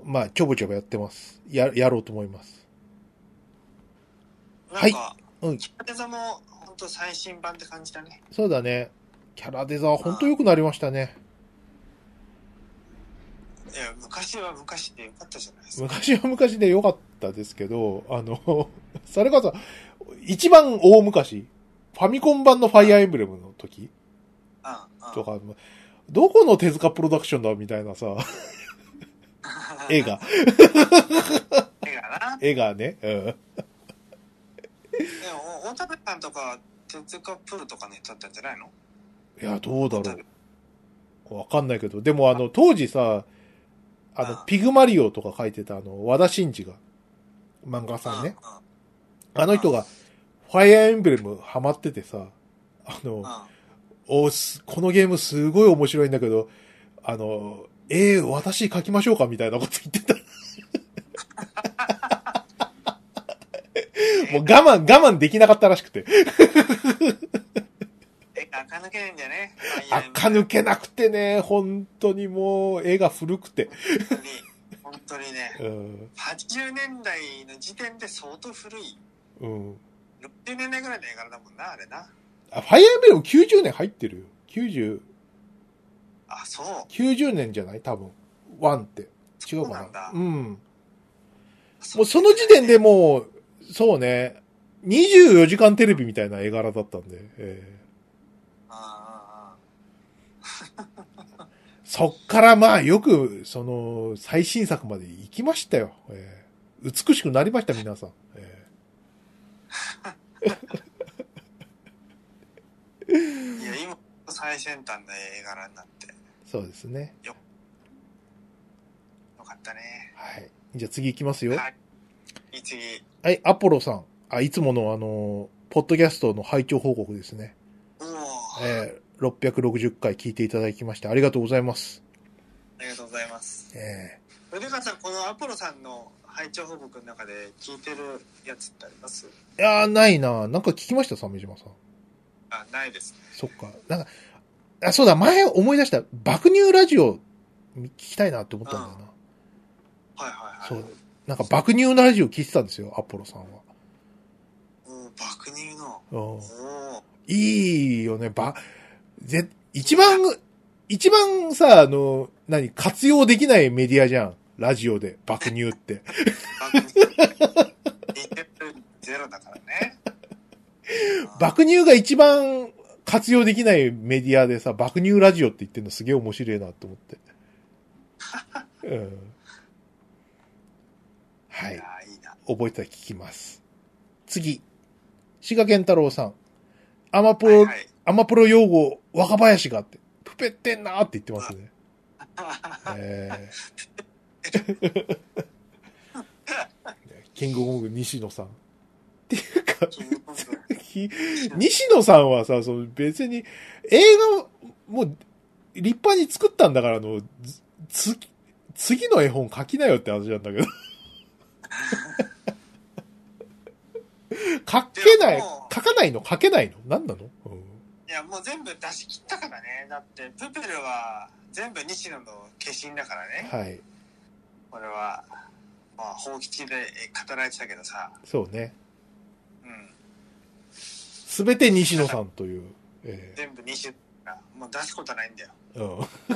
Speaker 2: まあ、ちょぼちょぼやってます。や、やろうと思います。
Speaker 1: な
Speaker 2: は
Speaker 1: ん
Speaker 2: い
Speaker 1: か、
Speaker 2: うん。
Speaker 1: キャデザも本当最新版って感じだね。
Speaker 2: そうだね。キャラデザは本当良くなりましたね。
Speaker 1: いや、昔は昔でよかったじゃないですか。
Speaker 2: 昔は昔で良かったですけど、あの、 それこそ、一番大昔、ファミコン版のファイアーエンブレムの時
Speaker 1: うん、うん。
Speaker 2: と か、どこの手塚プロダクションだみたい なさ、映。画、
Speaker 1: 映画な。
Speaker 2: 映画ね。うん。
Speaker 1: でも、大田部さんとか、手塚プロとかね、撮ったんじゃないの
Speaker 2: いや、どうだ
Speaker 1: 大
Speaker 2: ろ
Speaker 1: 田部
Speaker 2: う。わかんないけど、でもあの、当時さ、あの、ピグマリオとか書いてたあの、和田真二が、漫画さんね。
Speaker 1: う
Speaker 2: あの人が、ファイアーエンブレムハマっててさ、あの、
Speaker 1: ん。うん。うん
Speaker 2: おすこのゲームすごい面白いんだけど、あの、えー、私書きましょうかみたいなこと言ってた。 もう我慢、我慢できなかったらしくて。
Speaker 1: 絵が垢抜けないんだよね。
Speaker 2: 垢抜けなくてね、本当にもう絵が古くて。
Speaker 1: 本当に、本当にね、
Speaker 2: うん。
Speaker 1: 80年代の時点で相当古い。
Speaker 2: うん。
Speaker 1: 60年代ぐらいの絵柄だもんな、あれな。
Speaker 2: あ、ファイアーエンブレム90年入ってるよ。90、
Speaker 1: あ、そう。
Speaker 2: 90年じゃない多分。ワンって。違う
Speaker 1: そうな
Speaker 2: か
Speaker 1: ん
Speaker 2: な
Speaker 1: だ。
Speaker 2: うん。もうその時点でもう、そうね、24時間テレビみたいな絵柄だったんで。えー
Speaker 1: あ
Speaker 2: そっからまあよく、その、最新作まで行きましたよ。えー美しくなりました、皆さん。え
Speaker 1: あいや、今、最先端の絵柄になって、
Speaker 2: ーそうですね。
Speaker 1: よかったね。
Speaker 2: はい。じゃあ次行きますよ。
Speaker 1: いい、次。
Speaker 2: はい、アポロさん。あ、いつものあのー、ポッドキャストの拝聴報告ですね。
Speaker 1: おお、
Speaker 2: えー、660回聞いていただきましてありがとうございます。
Speaker 1: ありがとうございます。
Speaker 2: え
Speaker 1: ウデカさん、このアポロさんの拝聴報告の中で聞いてるやつってあります
Speaker 2: ー、いやー、ないななんか聞きました、鮫島さん。
Speaker 1: あ、ないですね。
Speaker 2: そっか。なんか、あ、そうだ、前思い出した。爆乳ラジオ聞きたいなって思ったんだよな。
Speaker 1: はいはいはい。
Speaker 2: そう。なんか爆乳のラジオ聞いてたんですよ、アポロさんは。
Speaker 1: おお、爆乳の。
Speaker 2: うん
Speaker 1: おお、
Speaker 2: いいよね、ば、ぜ、一番、一番さ、あの、何、活用できないメディアじゃん。ラジオで、爆乳って。
Speaker 1: 爆乳。似てるゼロだから ね。
Speaker 2: 爆乳が一番活用できないメディアでさ、爆乳ラジオって言ってんのすげえ面白いなと思って。うん。は
Speaker 1: うんい
Speaker 2: い
Speaker 1: や。ーいいな。
Speaker 2: 覚えてたら聞きます。次。滋賀健太郎さん。アマプロ、
Speaker 1: はいはい
Speaker 2: アマプロ用語、若林があって、プペってんなーって言ってます ね。え ーキングコング西野さん。
Speaker 1: キングコング
Speaker 2: ひ 西野さんはさ、その別に映画もう立派に作ったんだからあの、つ次の絵本書きなよって話なんだ けど。書けないい、
Speaker 1: やもう
Speaker 2: 書かないの書けないの何なの、うん
Speaker 1: いや、もう全部出し切ったからね。だって、プペルは全部西野の化身だからね。
Speaker 2: はい。
Speaker 1: これは、まあ、放吉で語られてたけどさ。
Speaker 2: そうね。
Speaker 1: うん。
Speaker 2: すべて西野さんという。え
Speaker 1: 全部西野が、もう出すことないんだよ。
Speaker 2: えうん。は
Speaker 1: エ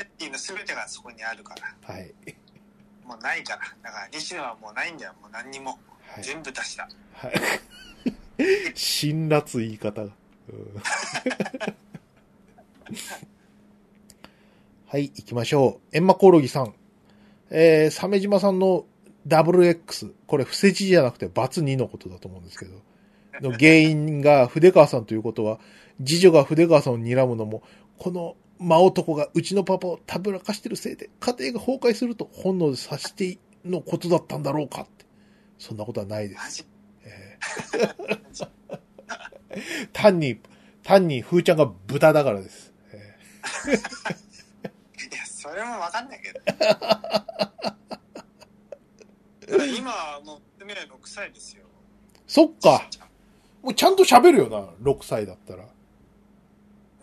Speaker 1: ッティの全てがそこにあるから。
Speaker 2: い。はい。
Speaker 1: もうないから。だから、西野はもうないんだよ。もう何にも。全部出した。
Speaker 2: はい。辛辣言い方が。うんははい、行きましょう。エンマコオロギさん。えー、鮫島さんの WX。これ、不正知じゃなくて、バツ2のことだと思うんですけど。の原因が筆川さんということは、次女が筆川さんを睨むのも、この魔男がうちのパパをたぶらかしてるせいで、家庭が崩壊すると本能で察してのことだったんだろうかって。そんなことはないです。
Speaker 1: マジ
Speaker 2: えー単に、単に、ふーちゃんが豚だからです。えー
Speaker 1: いやそれも分かんないけど 今はもう娘は6歳ですよ
Speaker 2: そっか。もうちゃんと喋るよな、6歳だったら。
Speaker 1: う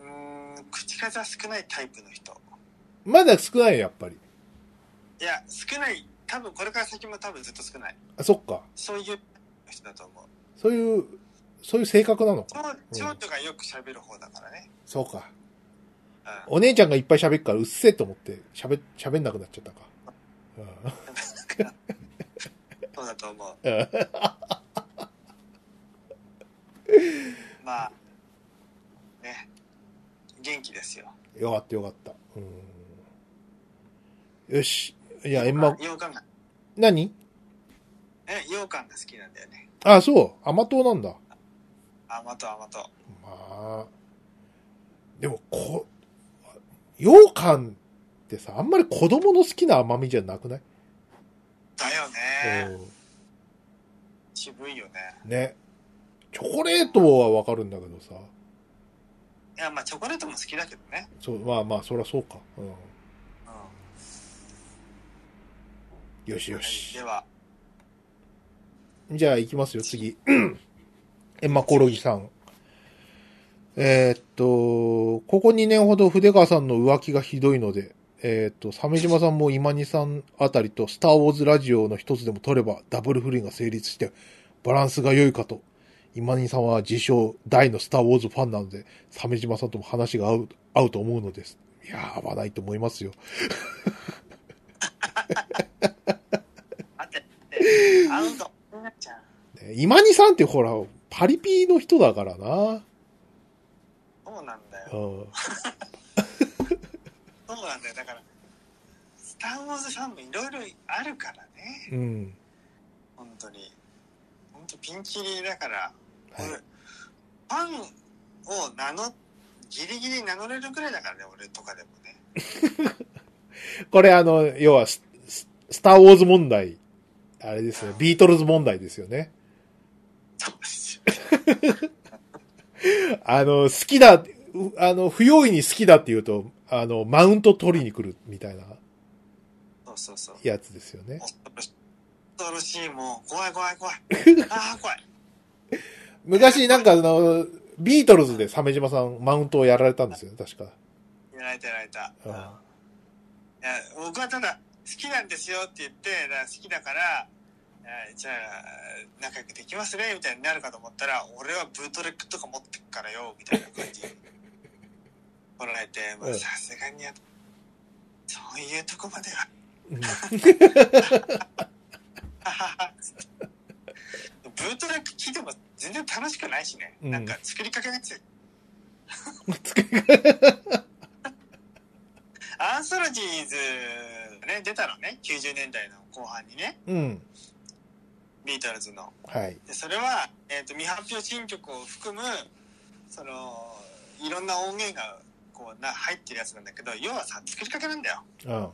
Speaker 1: ーん口数は少ないタイプの人
Speaker 2: まだ少ないよ、やっぱり。
Speaker 1: いや少ない多分これから先も多分ずっと少ない
Speaker 2: あ、そっか。
Speaker 1: そういう人だと思う
Speaker 2: そういう、そういう性格なのか。
Speaker 1: 長長女がよく喋る方だからね、
Speaker 2: そうか。
Speaker 1: う
Speaker 2: お姉ちゃんがいっぱい喋るから、うっせえと思って、喋、喋んなくなっちゃったか。うん
Speaker 1: ん、 そうだと思う
Speaker 2: うん
Speaker 1: まあね元気ですよ
Speaker 2: よかった、よかった。うんよし。いや、エンマ、
Speaker 1: 羊羹が
Speaker 2: 何
Speaker 1: え羊羹が好きなんだよね
Speaker 2: あ、そう。甘党なんだ。
Speaker 1: 甘と甘と
Speaker 2: まあ、でも、こ、羊羹ってさ、あんまり子供の好きな甘みじゃなくない、
Speaker 1: だよね
Speaker 2: うん
Speaker 1: 渋いよね
Speaker 2: ね。チョコレートはわかるんだけどさ。
Speaker 1: いやまあチョコレートも好きだけどね
Speaker 2: そう、まあまあ、そりゃそうか。うん。
Speaker 1: う
Speaker 2: よし
Speaker 1: ん
Speaker 2: よ
Speaker 1: はい
Speaker 2: し
Speaker 1: で。は
Speaker 2: じゃあ行きますよ、次。 エンマコオロギさん。えーっと、ここ2年ほど筆川さんの浮気がひどいので、えーっと、鮫島さんも今にさんあたりと、スターウォーズラジオの一つでも取れば、ダブル不倫が成立して、バランスが良いかと。今にさんは自称、大のスターウォーズファンなので、鮫島さんとも話が合う、合うと思うのです。いやー、合わないと思いますよ。
Speaker 1: あてって アウトみんなちゃん
Speaker 2: ね今にさんってほら、パリピの人だからな。
Speaker 1: そうなんだ
Speaker 2: う
Speaker 1: よ
Speaker 2: ん。
Speaker 1: そうなんだよだからスター・ウォーズファンもいろいろあるからね
Speaker 2: うん。
Speaker 1: 本当に本当ピンキリだから、
Speaker 2: は
Speaker 1: 俺
Speaker 2: い
Speaker 1: ファンを名乗ギリギリ名乗れるぐらいだからね俺とかでもね
Speaker 2: これあの、要はス、ススターウォーズ問題、あれですね、ビートルズ問題ですよね。
Speaker 1: そうですよ
Speaker 2: あの、好きだ、うあの、不用意に好きだって言うと、あの、マウント取りに来るみたいな
Speaker 1: そうそうそう
Speaker 2: やつですよね。
Speaker 1: 恐ろしい恐ろしいもう怖い怖い 怖いああ怖い
Speaker 2: 昔なんかあの、ビートルズで鮫島さんマウントをやられたんですよね、確か。
Speaker 1: やられたやられた、
Speaker 2: うん
Speaker 1: いや僕はただ好きなんですよって言ってだから好きだからえーじゃあ仲良くできますねみたいになるかと思ったら俺はブートレックとか持ってっからよみたいな感 じ来られてまあ
Speaker 2: うん
Speaker 1: さすがにやそういうとこまでは
Speaker 2: うん
Speaker 1: はははブートレック聞いても全然楽しくないしね、
Speaker 2: うん
Speaker 1: なんか作りかけのや つアンソロジーズね出たのね90年代の後半にね
Speaker 2: うん。
Speaker 1: ビートルズの
Speaker 2: はい。
Speaker 1: でそれは、えー、と未発表新曲を含むそのいろんな音源がこうな入ってるやつなんだけど要はさ作りかけなんだよ、
Speaker 2: うん。
Speaker 1: えー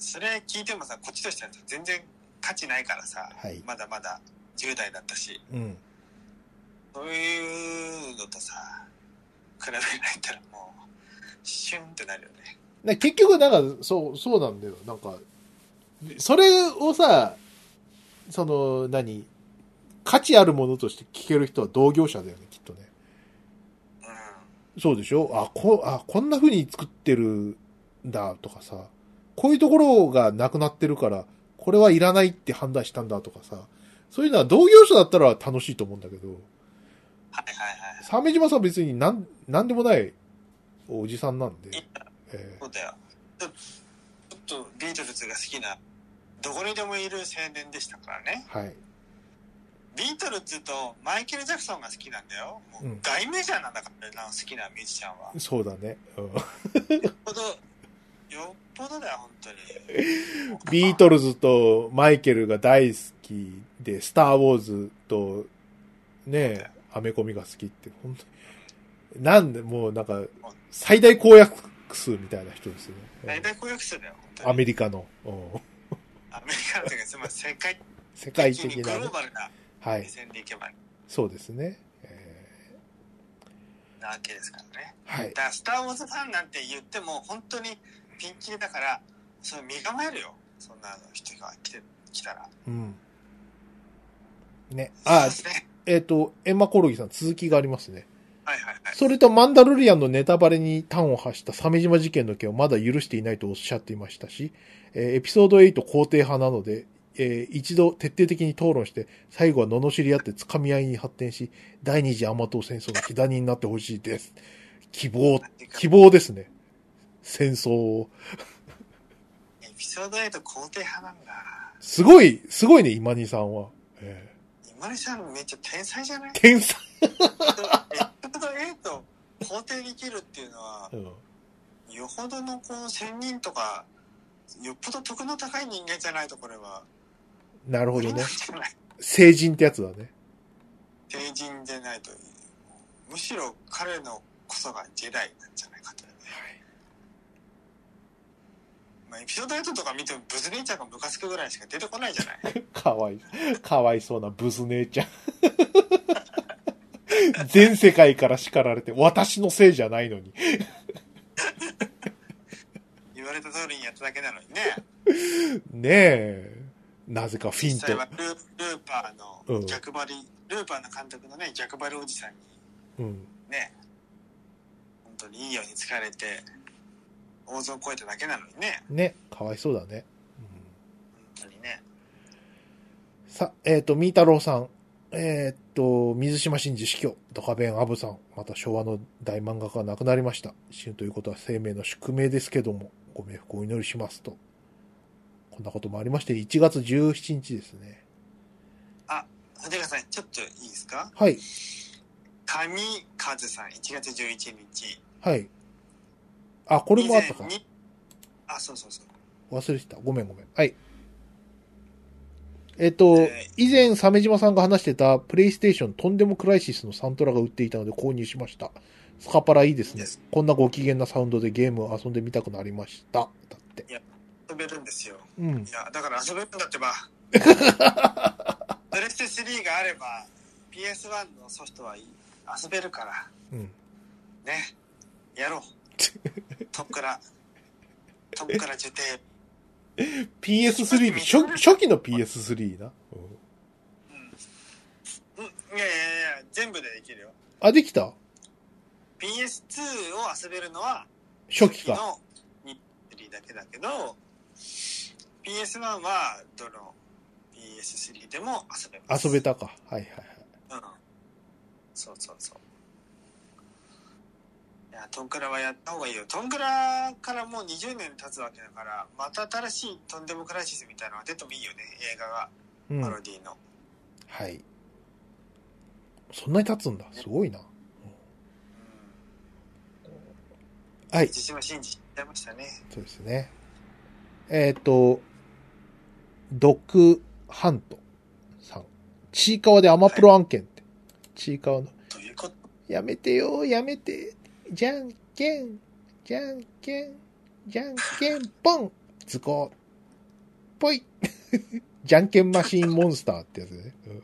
Speaker 1: それ聞いてもさこっちとしては全然価値ないからさ、
Speaker 2: はい
Speaker 1: まだまだ10代だったし
Speaker 2: うん。
Speaker 1: そういうのとさ比べられたらもうシュンってなるよね
Speaker 2: で結局、なんか、そう、そうなんだよ。なんか、それをさ、その、何、価値あるものとして聞ける人は同業者だよね、きっとね。
Speaker 1: う
Speaker 2: そうでしょあ、こ、あ、こんな風に作ってるんだ、とかさ。こういうところがなくなってるから、これはいらないって判断したんだとかさ。そういうのは同業者だったら楽しいと思うんだけど、
Speaker 1: んはいはいはい
Speaker 2: 鮫島さんは別になん、なんでもないおじさんなんで。え
Speaker 1: そうだよちょちょっとビートルズが好きなどこにでもいる青年でしたからね
Speaker 2: ーはい。
Speaker 1: ビートルズとマイケル・ジャクソンが好きなんだよ。もう
Speaker 2: うん
Speaker 1: 大メジャーなんだからな、好きなミュージシャンは。よっ
Speaker 2: そうだね。うん
Speaker 1: ぽど、よっぽどだよ、本当に。
Speaker 2: ビートルズとマイケルが大好きで、スター・ウォーズと、ね、アメコミが好きって、本当に。なんで、もうなんか、最大公約数みたいな人ですよ
Speaker 1: 大
Speaker 2: ね。
Speaker 1: 体公約数だよ、本当に
Speaker 2: アメリカの、うん
Speaker 1: アメリカの時は、つまり世界
Speaker 2: 世界
Speaker 1: 的に
Speaker 2: 的
Speaker 1: グ
Speaker 2: な
Speaker 1: ロ
Speaker 2: ね、
Speaker 1: ーバルな
Speaker 2: はい
Speaker 1: 目、線でいけば
Speaker 2: そうですね。え
Speaker 1: なわけですからね。
Speaker 2: ーはい
Speaker 1: だ。から、スター・ウォーズファンなんて言っても、本当にピンキリだから、その身構えるよ。そんな人が来て、来たら。
Speaker 2: うん。ね。あ、
Speaker 1: そうですね。
Speaker 2: えっ、と、エンマコオロギさん、続きがありますね。
Speaker 1: はいはいはい。
Speaker 2: それと、マンダルリアンのネタバレに端を発した鮫島事件の件をまだ許していないとおっしゃっていましたし、えーエピソード8肯定派なので、えー一度徹底的に討論して、最後は罵り合って掴み合いに発展し、第二次アマト戦争の火種になってほしいです。希望、希望ですね。戦争を。
Speaker 1: エピソード8肯定派なんだ。
Speaker 2: すごい、すごいね、今にさんは。え
Speaker 1: 今井さんめっちゃ天才じゃない
Speaker 2: ー天才。
Speaker 1: エピソード8肯定できるっていうのは
Speaker 2: う、ん
Speaker 1: よほどのこの仙人とか、よっぽど得の高い人間じゃないとこれは、
Speaker 2: なるほ
Speaker 1: 無
Speaker 2: ど
Speaker 1: 理な
Speaker 2: ね
Speaker 1: ん。じゃない
Speaker 2: 成人ってやつだね。
Speaker 1: 成人でないとむしろ彼のこそがジェダイなんじゃないかと、ねまあ、エピソード8とか見てもブズ姉ちゃんがムカつくぐらいしか出てこないじゃない
Speaker 2: かわい、かわいそうなブス姉ちゃん。 全世界から叱られて、私のせいじゃないのに。
Speaker 1: 言われた通りにやっただけなのにね
Speaker 2: ねえ。なぜかフィン
Speaker 1: 実際は
Speaker 2: と。
Speaker 1: ルールーパー
Speaker 2: う
Speaker 1: の
Speaker 2: ん
Speaker 1: 逆張り、ルーパーの監督のね逆張りおじさんに
Speaker 2: うん。
Speaker 1: ね本当にいいように疲れて大損超えただけなのにね
Speaker 2: ね。かわいそうだね。うん
Speaker 1: 本当にね
Speaker 2: さ、えっ、と、みーたろうさん。えっ、と、水島真司死去、ドカベンアブさん、また昭和の大漫画家が亡くなりました。死ぬということは生命の宿命ですけども、ご冥福をお祈りしますと。こんなこともありまして、1月17日ですね。
Speaker 1: 藤川さんちょっといいですか
Speaker 2: はい、
Speaker 1: 上和さん1月11日
Speaker 2: はい。あ、こ
Speaker 1: こ
Speaker 2: れもあったか。
Speaker 1: あそうそうそう
Speaker 2: 忘れてた。ごめんごめん。はい。えっと
Speaker 1: え、
Speaker 2: 以前、鮫島さんが話してた、プレイステーションとんでもクライシスのサントラが売っていたので購入しました。スカパラいいです
Speaker 1: いい
Speaker 2: ね
Speaker 1: です。
Speaker 2: こんなご機嫌なサウンドでゲームを遊んでみたくなりました。だって。
Speaker 1: 遊べるんですよ
Speaker 2: うん
Speaker 1: い。やだから遊べるんだ ってばプレステ3があれば PS1 のソフトはいい遊べるから
Speaker 2: うん。
Speaker 1: ねやろ うとっくらとっくら受定
Speaker 2: PS3 に、初初期の PS3 な。う
Speaker 1: う
Speaker 2: ん
Speaker 1: ん、うん、いやいやいや全部でできるよ
Speaker 2: あ、できた
Speaker 1: PS2 を遊べるのは
Speaker 2: 初期か。
Speaker 1: の3だけだけど PS1 はどの PS3 でも遊べます
Speaker 2: 遊べたか。はいはいはい。
Speaker 1: うんそうそうそう。いや、トンクラはやった方がいいよ。トンクラからもう20年経つわけだから、また新しいとんでもクライシスみたいなのが出てもいいよね。映画が、
Speaker 2: うん。
Speaker 1: パ
Speaker 2: は
Speaker 1: ロディの。
Speaker 2: い。そんなに経つんだ。すごいな。
Speaker 1: うん。
Speaker 2: はい。
Speaker 1: 自信は信じちゃいましたね。
Speaker 2: そうですね。えっ、と、ドクハントさん。ちいかわでアマプロ案件って。ちいかわの。
Speaker 1: ということ
Speaker 2: やめてよ、やめて。じゃんけん、じゃんけん、じゃんけん、ポン図工。ぽい。 じゃんけんマシンモンスターってやつね。うん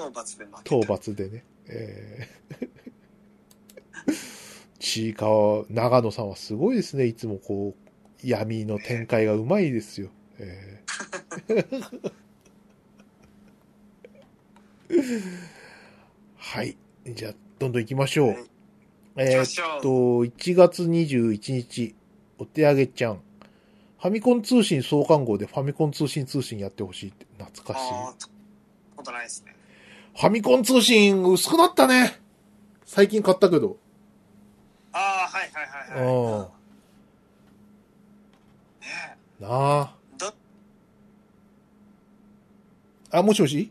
Speaker 1: 討伐で負けた。
Speaker 2: 討伐でね。えー、 ちいかわ、長野さんはすごいですね。いつもこう、闇の展開がうまいですよ。えーはい。じゃあ、どんどん行きましょう。
Speaker 1: はい行き
Speaker 2: え
Speaker 1: ま
Speaker 2: ー
Speaker 1: しょう
Speaker 2: えっと、1月21日、お手上げちゃん。ファミコン通信創刊号でファミコン通信通信やってほしいって、懐かしい。
Speaker 1: あーとことないですね。
Speaker 2: ファミコン通信薄くなったね。最近買ったけど。
Speaker 1: ああ、はいはいはいはい。
Speaker 2: うん
Speaker 1: ねえ
Speaker 2: なあ。
Speaker 1: ど
Speaker 2: あ、もしもし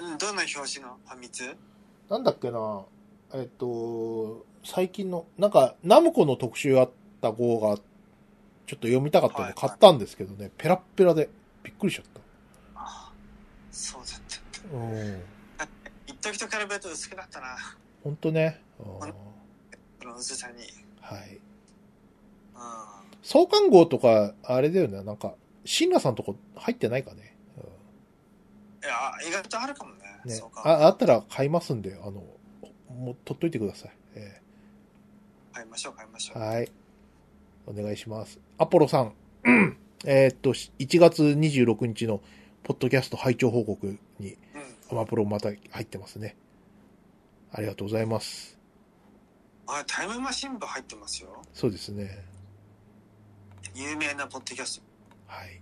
Speaker 1: うんどんな表紙のファミ通
Speaker 2: なんだっけな、えっと、最近の、なんか、ナムコの特集あった号が、ちょっと読みたかったん
Speaker 1: は
Speaker 2: で
Speaker 1: い
Speaker 2: 買ったんですけどね、ペラッペラで、びっくりしちゃっ
Speaker 1: あそうだったんだ
Speaker 2: た。うん。
Speaker 1: 一時と比べると薄くなったな
Speaker 2: ほんとね。うん
Speaker 1: あのこの薄さに
Speaker 2: はい。
Speaker 1: うんあ
Speaker 2: 創刊号とか、あれだよね、なんか、シンラさんとこ入ってないかね。うん
Speaker 1: いや意外とあるかもね
Speaker 2: ね
Speaker 1: そう、か
Speaker 2: ああったら買いますんで、あの、もう取っといてください。え
Speaker 1: 買いましょう買いましょ
Speaker 2: え
Speaker 1: う
Speaker 2: はい。お願いします。アポロさん。うんえーっと、し1月26日のポッドキャスト拝聴報告に
Speaker 1: うん
Speaker 2: アマプロまた入ってますね。ありがとうございます。
Speaker 1: あタイムマシン部入ってますよ
Speaker 2: そうですね。
Speaker 1: 有名なポッドキャス
Speaker 2: はい。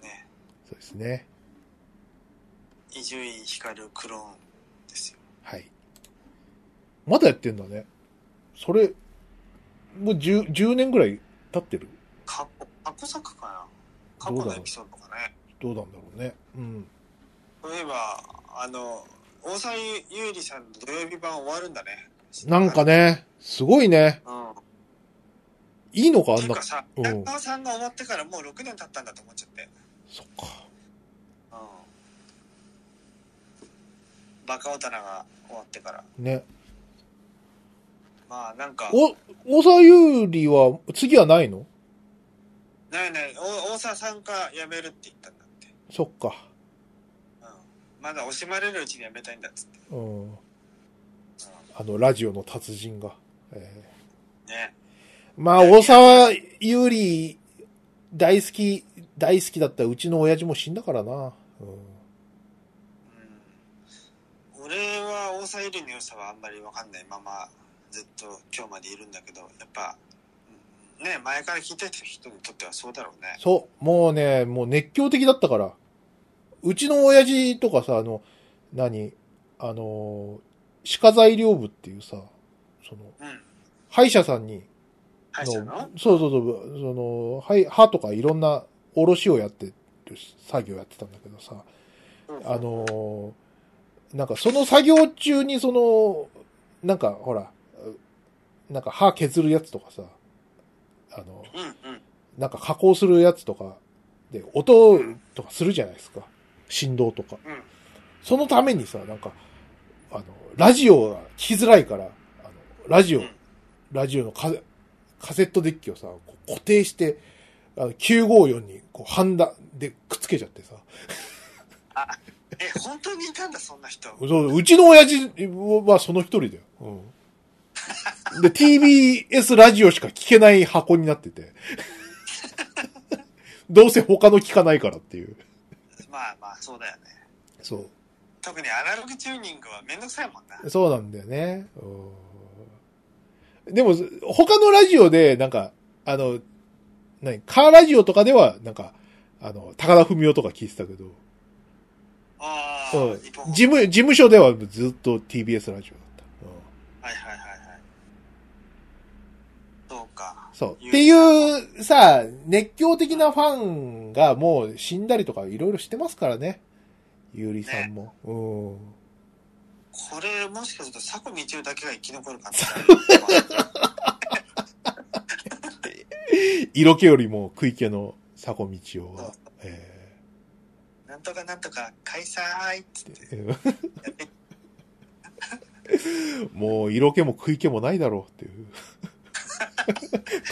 Speaker 1: トね
Speaker 2: そうですね。
Speaker 1: 伊集院光クローンですよ
Speaker 2: はい。まだやってんだね。それ、もう 10, 10年ぐらい経ってる
Speaker 1: 過去過去作かな過去のエピソードかね
Speaker 2: どうなんだろうね。うん。
Speaker 1: そういえばあの大沢優里さんの土曜日版終わるんだね
Speaker 2: なんかね、すごいね。
Speaker 1: うん
Speaker 2: いいのかあ
Speaker 1: て
Speaker 2: ん
Speaker 1: いう
Speaker 2: な
Speaker 1: かさ
Speaker 2: うん
Speaker 1: 中川さんが終わってからもう6年経ったんだと思っちゃって
Speaker 2: そっか。
Speaker 1: うんバカオタナが終わってから
Speaker 2: ね。
Speaker 1: まあなんか
Speaker 2: お、大沢優里は、次はないの
Speaker 1: ないないお大沢さんが辞めるって言ったんだって、
Speaker 2: そっか。
Speaker 1: うん、まだ惜しまれるうちに辞めたいんだっつって
Speaker 2: うん。あの、ラジオの達人が。え
Speaker 1: ね
Speaker 2: ーまあ、大沢優里、大好き、大好きだったうちの親父も死んだからな。うん、
Speaker 1: うん俺は大沢ゆりの良さはあんまり分かんないままずっと今日までいるんだけどやっぱうんね前から聞いてた人にとってはそうだろうね
Speaker 2: そう。もうね、もう熱狂的だったから。うちの親父とかさ、あの、何あの、歯科材料部っていうさ、その、
Speaker 1: うん
Speaker 2: 歯医者さんに、
Speaker 1: 歯医者の
Speaker 2: そうそうそう、その、はい、歯とかいろんな卸をやってる作業やってたんだけどさ、あのーなんかその作業中にその、なんかほら、うなんか歯削るやつとかさ、あの、
Speaker 1: うんうん
Speaker 2: なんか加工するやつとか、で、音とかするじゃないですか。振動とか。
Speaker 1: うん
Speaker 2: そのためにさ、なんか、あの、ラジオが聞きづらいから、あのラジオ、
Speaker 1: うん
Speaker 2: ラジオのカセカセットデッキをさ、こう固定して、あの954にこうハンダでくっつけちゃってさ。
Speaker 1: え本当にいたんだそんな人
Speaker 2: そううちの親父はその一人だよ。うん、で、TBS ラジオしか聞けない箱になってて。 どうせ他の聞かないからっていう。
Speaker 1: まあまあそうだよね
Speaker 2: そう。
Speaker 1: 特にアナログチューニングはめんどくさいもんな
Speaker 2: そうなんだよね。うんでも、他のラジオで、なんか、あの、何、カーラジオとかでは、なんか、あの、高田文夫とか聞いてたけど、
Speaker 1: ああ
Speaker 2: うん
Speaker 1: 日本語
Speaker 2: 事務、事務所ではずっと TBS ラジオだった。う
Speaker 1: はいはいはいはいそうか
Speaker 2: んそう。っていう、さ、熱狂的なファンがもう死んだりとかいろいろしてますからね。ゆうりさんも。うん。
Speaker 1: これもしかすると佐古道夫だけが生き残るかもしれ ない
Speaker 2: 色気よりも食い気の佐古道夫は。え
Speaker 1: なんとかなんとか開催っつって
Speaker 2: ー
Speaker 1: やって
Speaker 2: もう色気も食い気もないだろうって いう。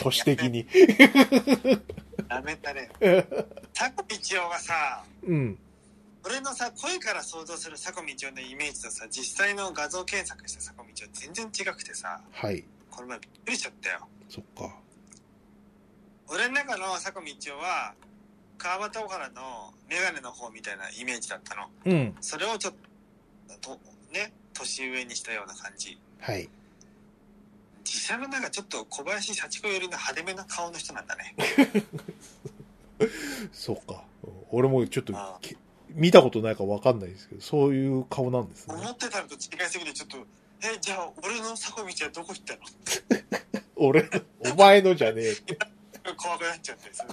Speaker 2: 都市的に。
Speaker 1: やめたね 佐古道夫がさ
Speaker 2: うん。
Speaker 1: 俺のさ声から想像する佐古道夫のイメージとさ実際の画像検索した佐古道夫全然違くてさ
Speaker 2: はい。
Speaker 1: この前びっくりしちゃったよ
Speaker 2: そっか。
Speaker 1: 俺の中の坂道夫は川端小原のメガネの方みたいなイメージだったの
Speaker 2: うん。
Speaker 1: それをちょっとね年上にしたような感じ
Speaker 2: はい。
Speaker 1: 実際の中ちょっと小林幸子よりの派手めな顔の人なんだね
Speaker 2: そっか。俺もちょっと
Speaker 1: ああ
Speaker 2: け見たことないからわかんないですけど、そういう顔なんですね。
Speaker 1: 思ってたのと違いすぎてちょっとえじゃあ俺の坂道はどこ行ったの
Speaker 2: 俺、お前のじゃねえって。
Speaker 1: 怖くなっちゃってそれ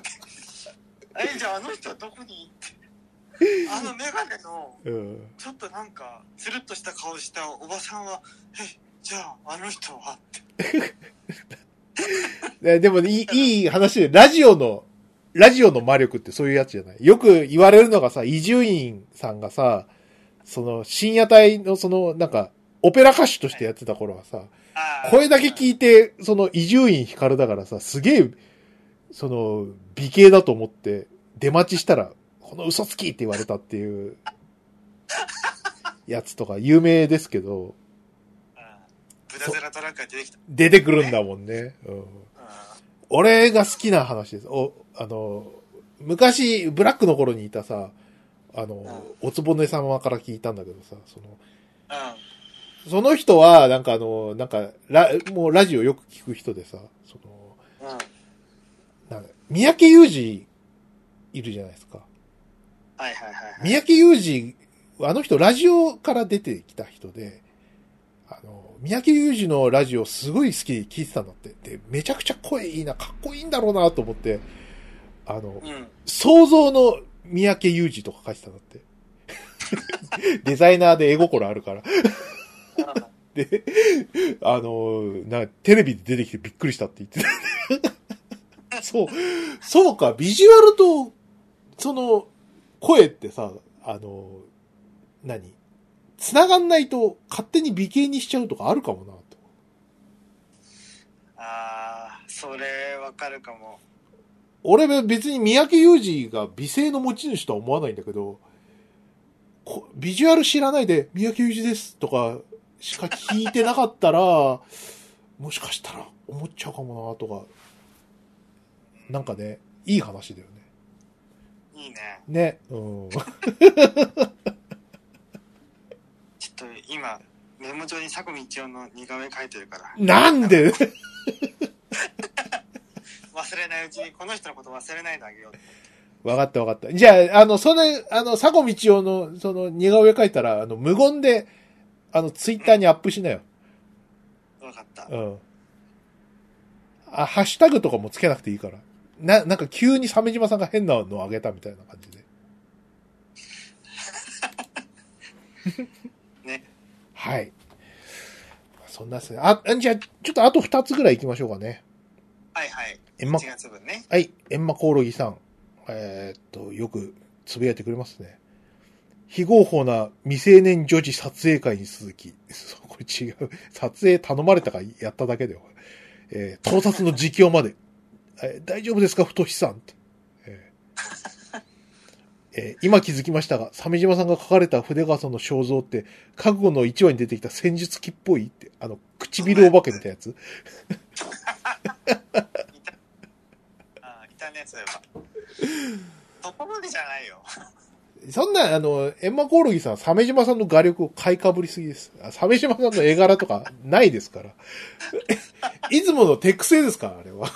Speaker 1: で え、じゃああの人はどこにっ て。あのメガネの、
Speaker 2: うん。
Speaker 1: ちょっとなんか、つるっとした顔したおばさんは、え、じゃああの人はって。
Speaker 2: ででもいい、いい話で、ラジオの、ラジオの魔力ってそういうやつじゃないよく言われるのがさ、伊集院さんがさ、その、深夜帯のその、なんか、オペラ歌手としてやってた頃はさ、
Speaker 1: あー
Speaker 2: 声だけ聞いて、その、伊集院光だからさ、すげえ、その、美形だと思って、出待ちしたら、この嘘つきって言われたっていう、やつとか有名ですけど、
Speaker 1: うんブラゼラトラックが出てきた。
Speaker 2: 出てくるんだもんね。うん
Speaker 1: う
Speaker 2: 俺が好きな話です。お、あの、昔、ブラックの頃にいたさ、あの、おつぼね様から聞いたんだけどさ、その、
Speaker 1: ん。うん。
Speaker 2: その人は、なんかあの、なんか、ラ、もうラジオよく聞く人でさ、その、
Speaker 1: うん。
Speaker 2: なんだ三宅裕二いるじゃないですか。
Speaker 1: はいはいはいはい。
Speaker 2: 三宅裕二、あの人ラジオから出てきた人で、あの、三宅裕二のラジオすごい好きで聞いてたんだって。で、めちゃくちゃ声いいな、かっこいいんだろうなと思って、あの、
Speaker 1: うん。
Speaker 2: 想像の三宅裕二とか書いてたんだって。 デザイナーで絵心あるから。で、あのー、な、テレビで出てきてびっくりしたって言ってた。 そう、そうか、ビジュアルと、その、声ってさ、あのー、何繋がんないと勝手に美形にしちゃうとかあるかもな、と。
Speaker 1: ああ、それわかるかも。
Speaker 2: 俺は別に三宅裕二が美声の持ち主とは思わないんだけど、こビジュアル知らないで、三宅裕二ですとかしか聞いてなかったら、 もしかしたら思っちゃうかもなとか、なんかね、いい話だよね。
Speaker 1: いいね。
Speaker 2: ね、うん。
Speaker 1: ちょっと今、メモ帳に佐久道夫の似顔絵描いてるから、
Speaker 2: なんで
Speaker 1: 忘れないうちにこの人のこと忘れないであげようって。
Speaker 2: わかったわかった。じゃあ、あの、それ、あの、佐古道夫の、その、似顔絵描いたら、あの、無言で、あの、ツイッターにアップしなよ。
Speaker 1: わかった。
Speaker 2: うん。あ、ハッシュタグとかもつけなくていいから。な、なんか急に鮫島さんが変なのをあげたみたいな感じで。
Speaker 1: ね。
Speaker 2: はい。そんなっすね。あ、じゃあ、ちょっとあと2つぐらい行きましょうかね。
Speaker 1: はいはい。
Speaker 2: エンマ
Speaker 1: 1、月分ね。
Speaker 2: はい、エンマコオロギさん。えーっと、よくつぶやいてくれますね。非合法な未成年女児撮影会に続き、 そうこれ違う。撮影頼まれたからやっただけだよ。えー盗撮の自供まで。 えー大丈夫ですか、太志さんって。えーえー今気づきましたが、鮫島さんが書かれた筆川さんの肖像って、覚悟の1話に出てきた戦術機っぽいって、あの、唇お化けみたいなやつ。
Speaker 1: いた。あーいたね、そういえば。そこまでじゃないよ。
Speaker 2: そんな、あの、エンマコオロギさん、鮫島さんの画力を買いかぶりすぎです。あ鮫島さんの絵柄とか ないですから。いつもの手癖ですから、あれは。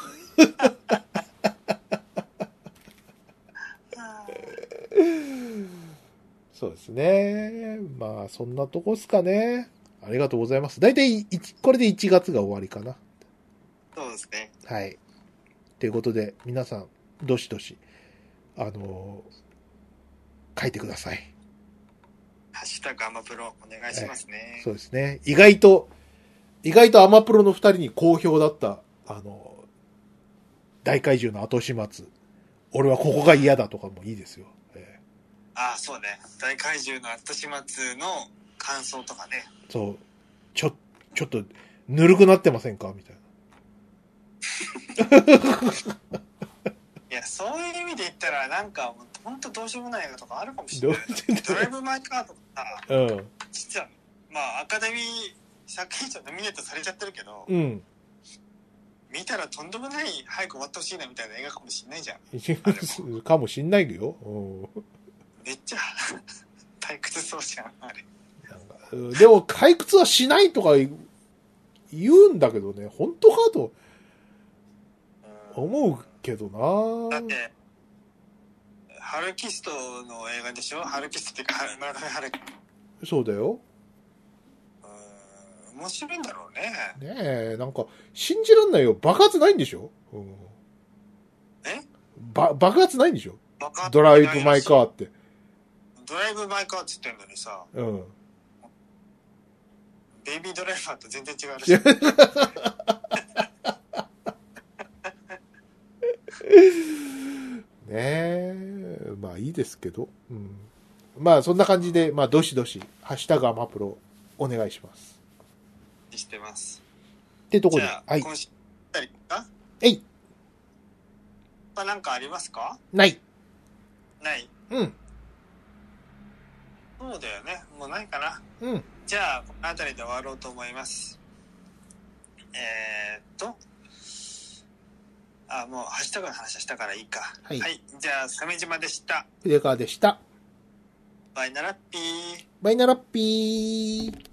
Speaker 1: あー
Speaker 2: そうですね。まあ、そんなとこっすかね。ありがとうございます。だいたい、いちこれで1月が終わりかな。
Speaker 1: そうですね。
Speaker 2: はい。ということで、皆さん、どしどし、あの書いてください。
Speaker 1: ハッシュタグアマプロお願いしますね
Speaker 2: そ。うですね。意外と、意外とアマプロの二人に好評だった、あの、大怪獣の後始末。俺はここが嫌だとかもいいですよ。え
Speaker 1: ああ、そうね。大怪獣の後始末の感想とかね。
Speaker 2: ーそう。ちょ、ちょっと、ぬるくなってませんかみたいな。
Speaker 1: いや、そういう意味で言ったら、なんか、本当どうしようもない映画とかあるかもし れないな
Speaker 2: どうしようもない。
Speaker 1: ドライブ・マイ・カーとかさ、
Speaker 2: うん。
Speaker 1: 実は、まあ、アカデミー作品賞ノミネートされちゃってるけど、
Speaker 2: うん。
Speaker 1: 見たらとんでもない早く終わってほしいなみたいな映画かもしれないじゃん。
Speaker 2: かもしん ないよ。うん。
Speaker 1: めっちゃ 退屈そうじゃん、あれ。
Speaker 2: なんかうんでも、退屈はしないとか言うんだけどね、本当かと思うけど
Speaker 1: だ
Speaker 2: な
Speaker 1: って、ハルキストの映画でしょハルキストっていうか、は村上春樹。
Speaker 2: そうだよ。
Speaker 1: うん、面白いんだろうね。
Speaker 2: ねえ、なんか、信じらんないよ。爆発ないんでしょ、うん
Speaker 1: え
Speaker 2: ば、爆発ないんでしょドライブ・マイ・カ
Speaker 1: ー。
Speaker 2: ーって。
Speaker 1: ドライブ・マイ・カーって言ってんのにさ、
Speaker 2: うん。
Speaker 1: ベイビードライバーと全然違うらしい。
Speaker 2: ねえ、まあいいですけど。うん、まあそんな感じで、まあどしどし、ハッシュタグアマプロお願いします。
Speaker 1: してます。
Speaker 2: ってとこ
Speaker 1: じ
Speaker 2: で、
Speaker 1: ゃあ、
Speaker 2: はい。
Speaker 1: 今週、あたりか
Speaker 2: えい、
Speaker 1: 他なんかありますか
Speaker 2: ない。
Speaker 1: ない
Speaker 2: うん、
Speaker 1: そうだよね。もうないかな。
Speaker 2: うん。
Speaker 1: じゃあ、この辺りで終わろうと思います。えー、っと、あ、もう、ハッシュタグの話はしたからいいか。
Speaker 2: はい
Speaker 1: じゃあ、鮫島でした。
Speaker 2: 筆川でした。
Speaker 1: バイナラッピー。
Speaker 2: バイナラッピー。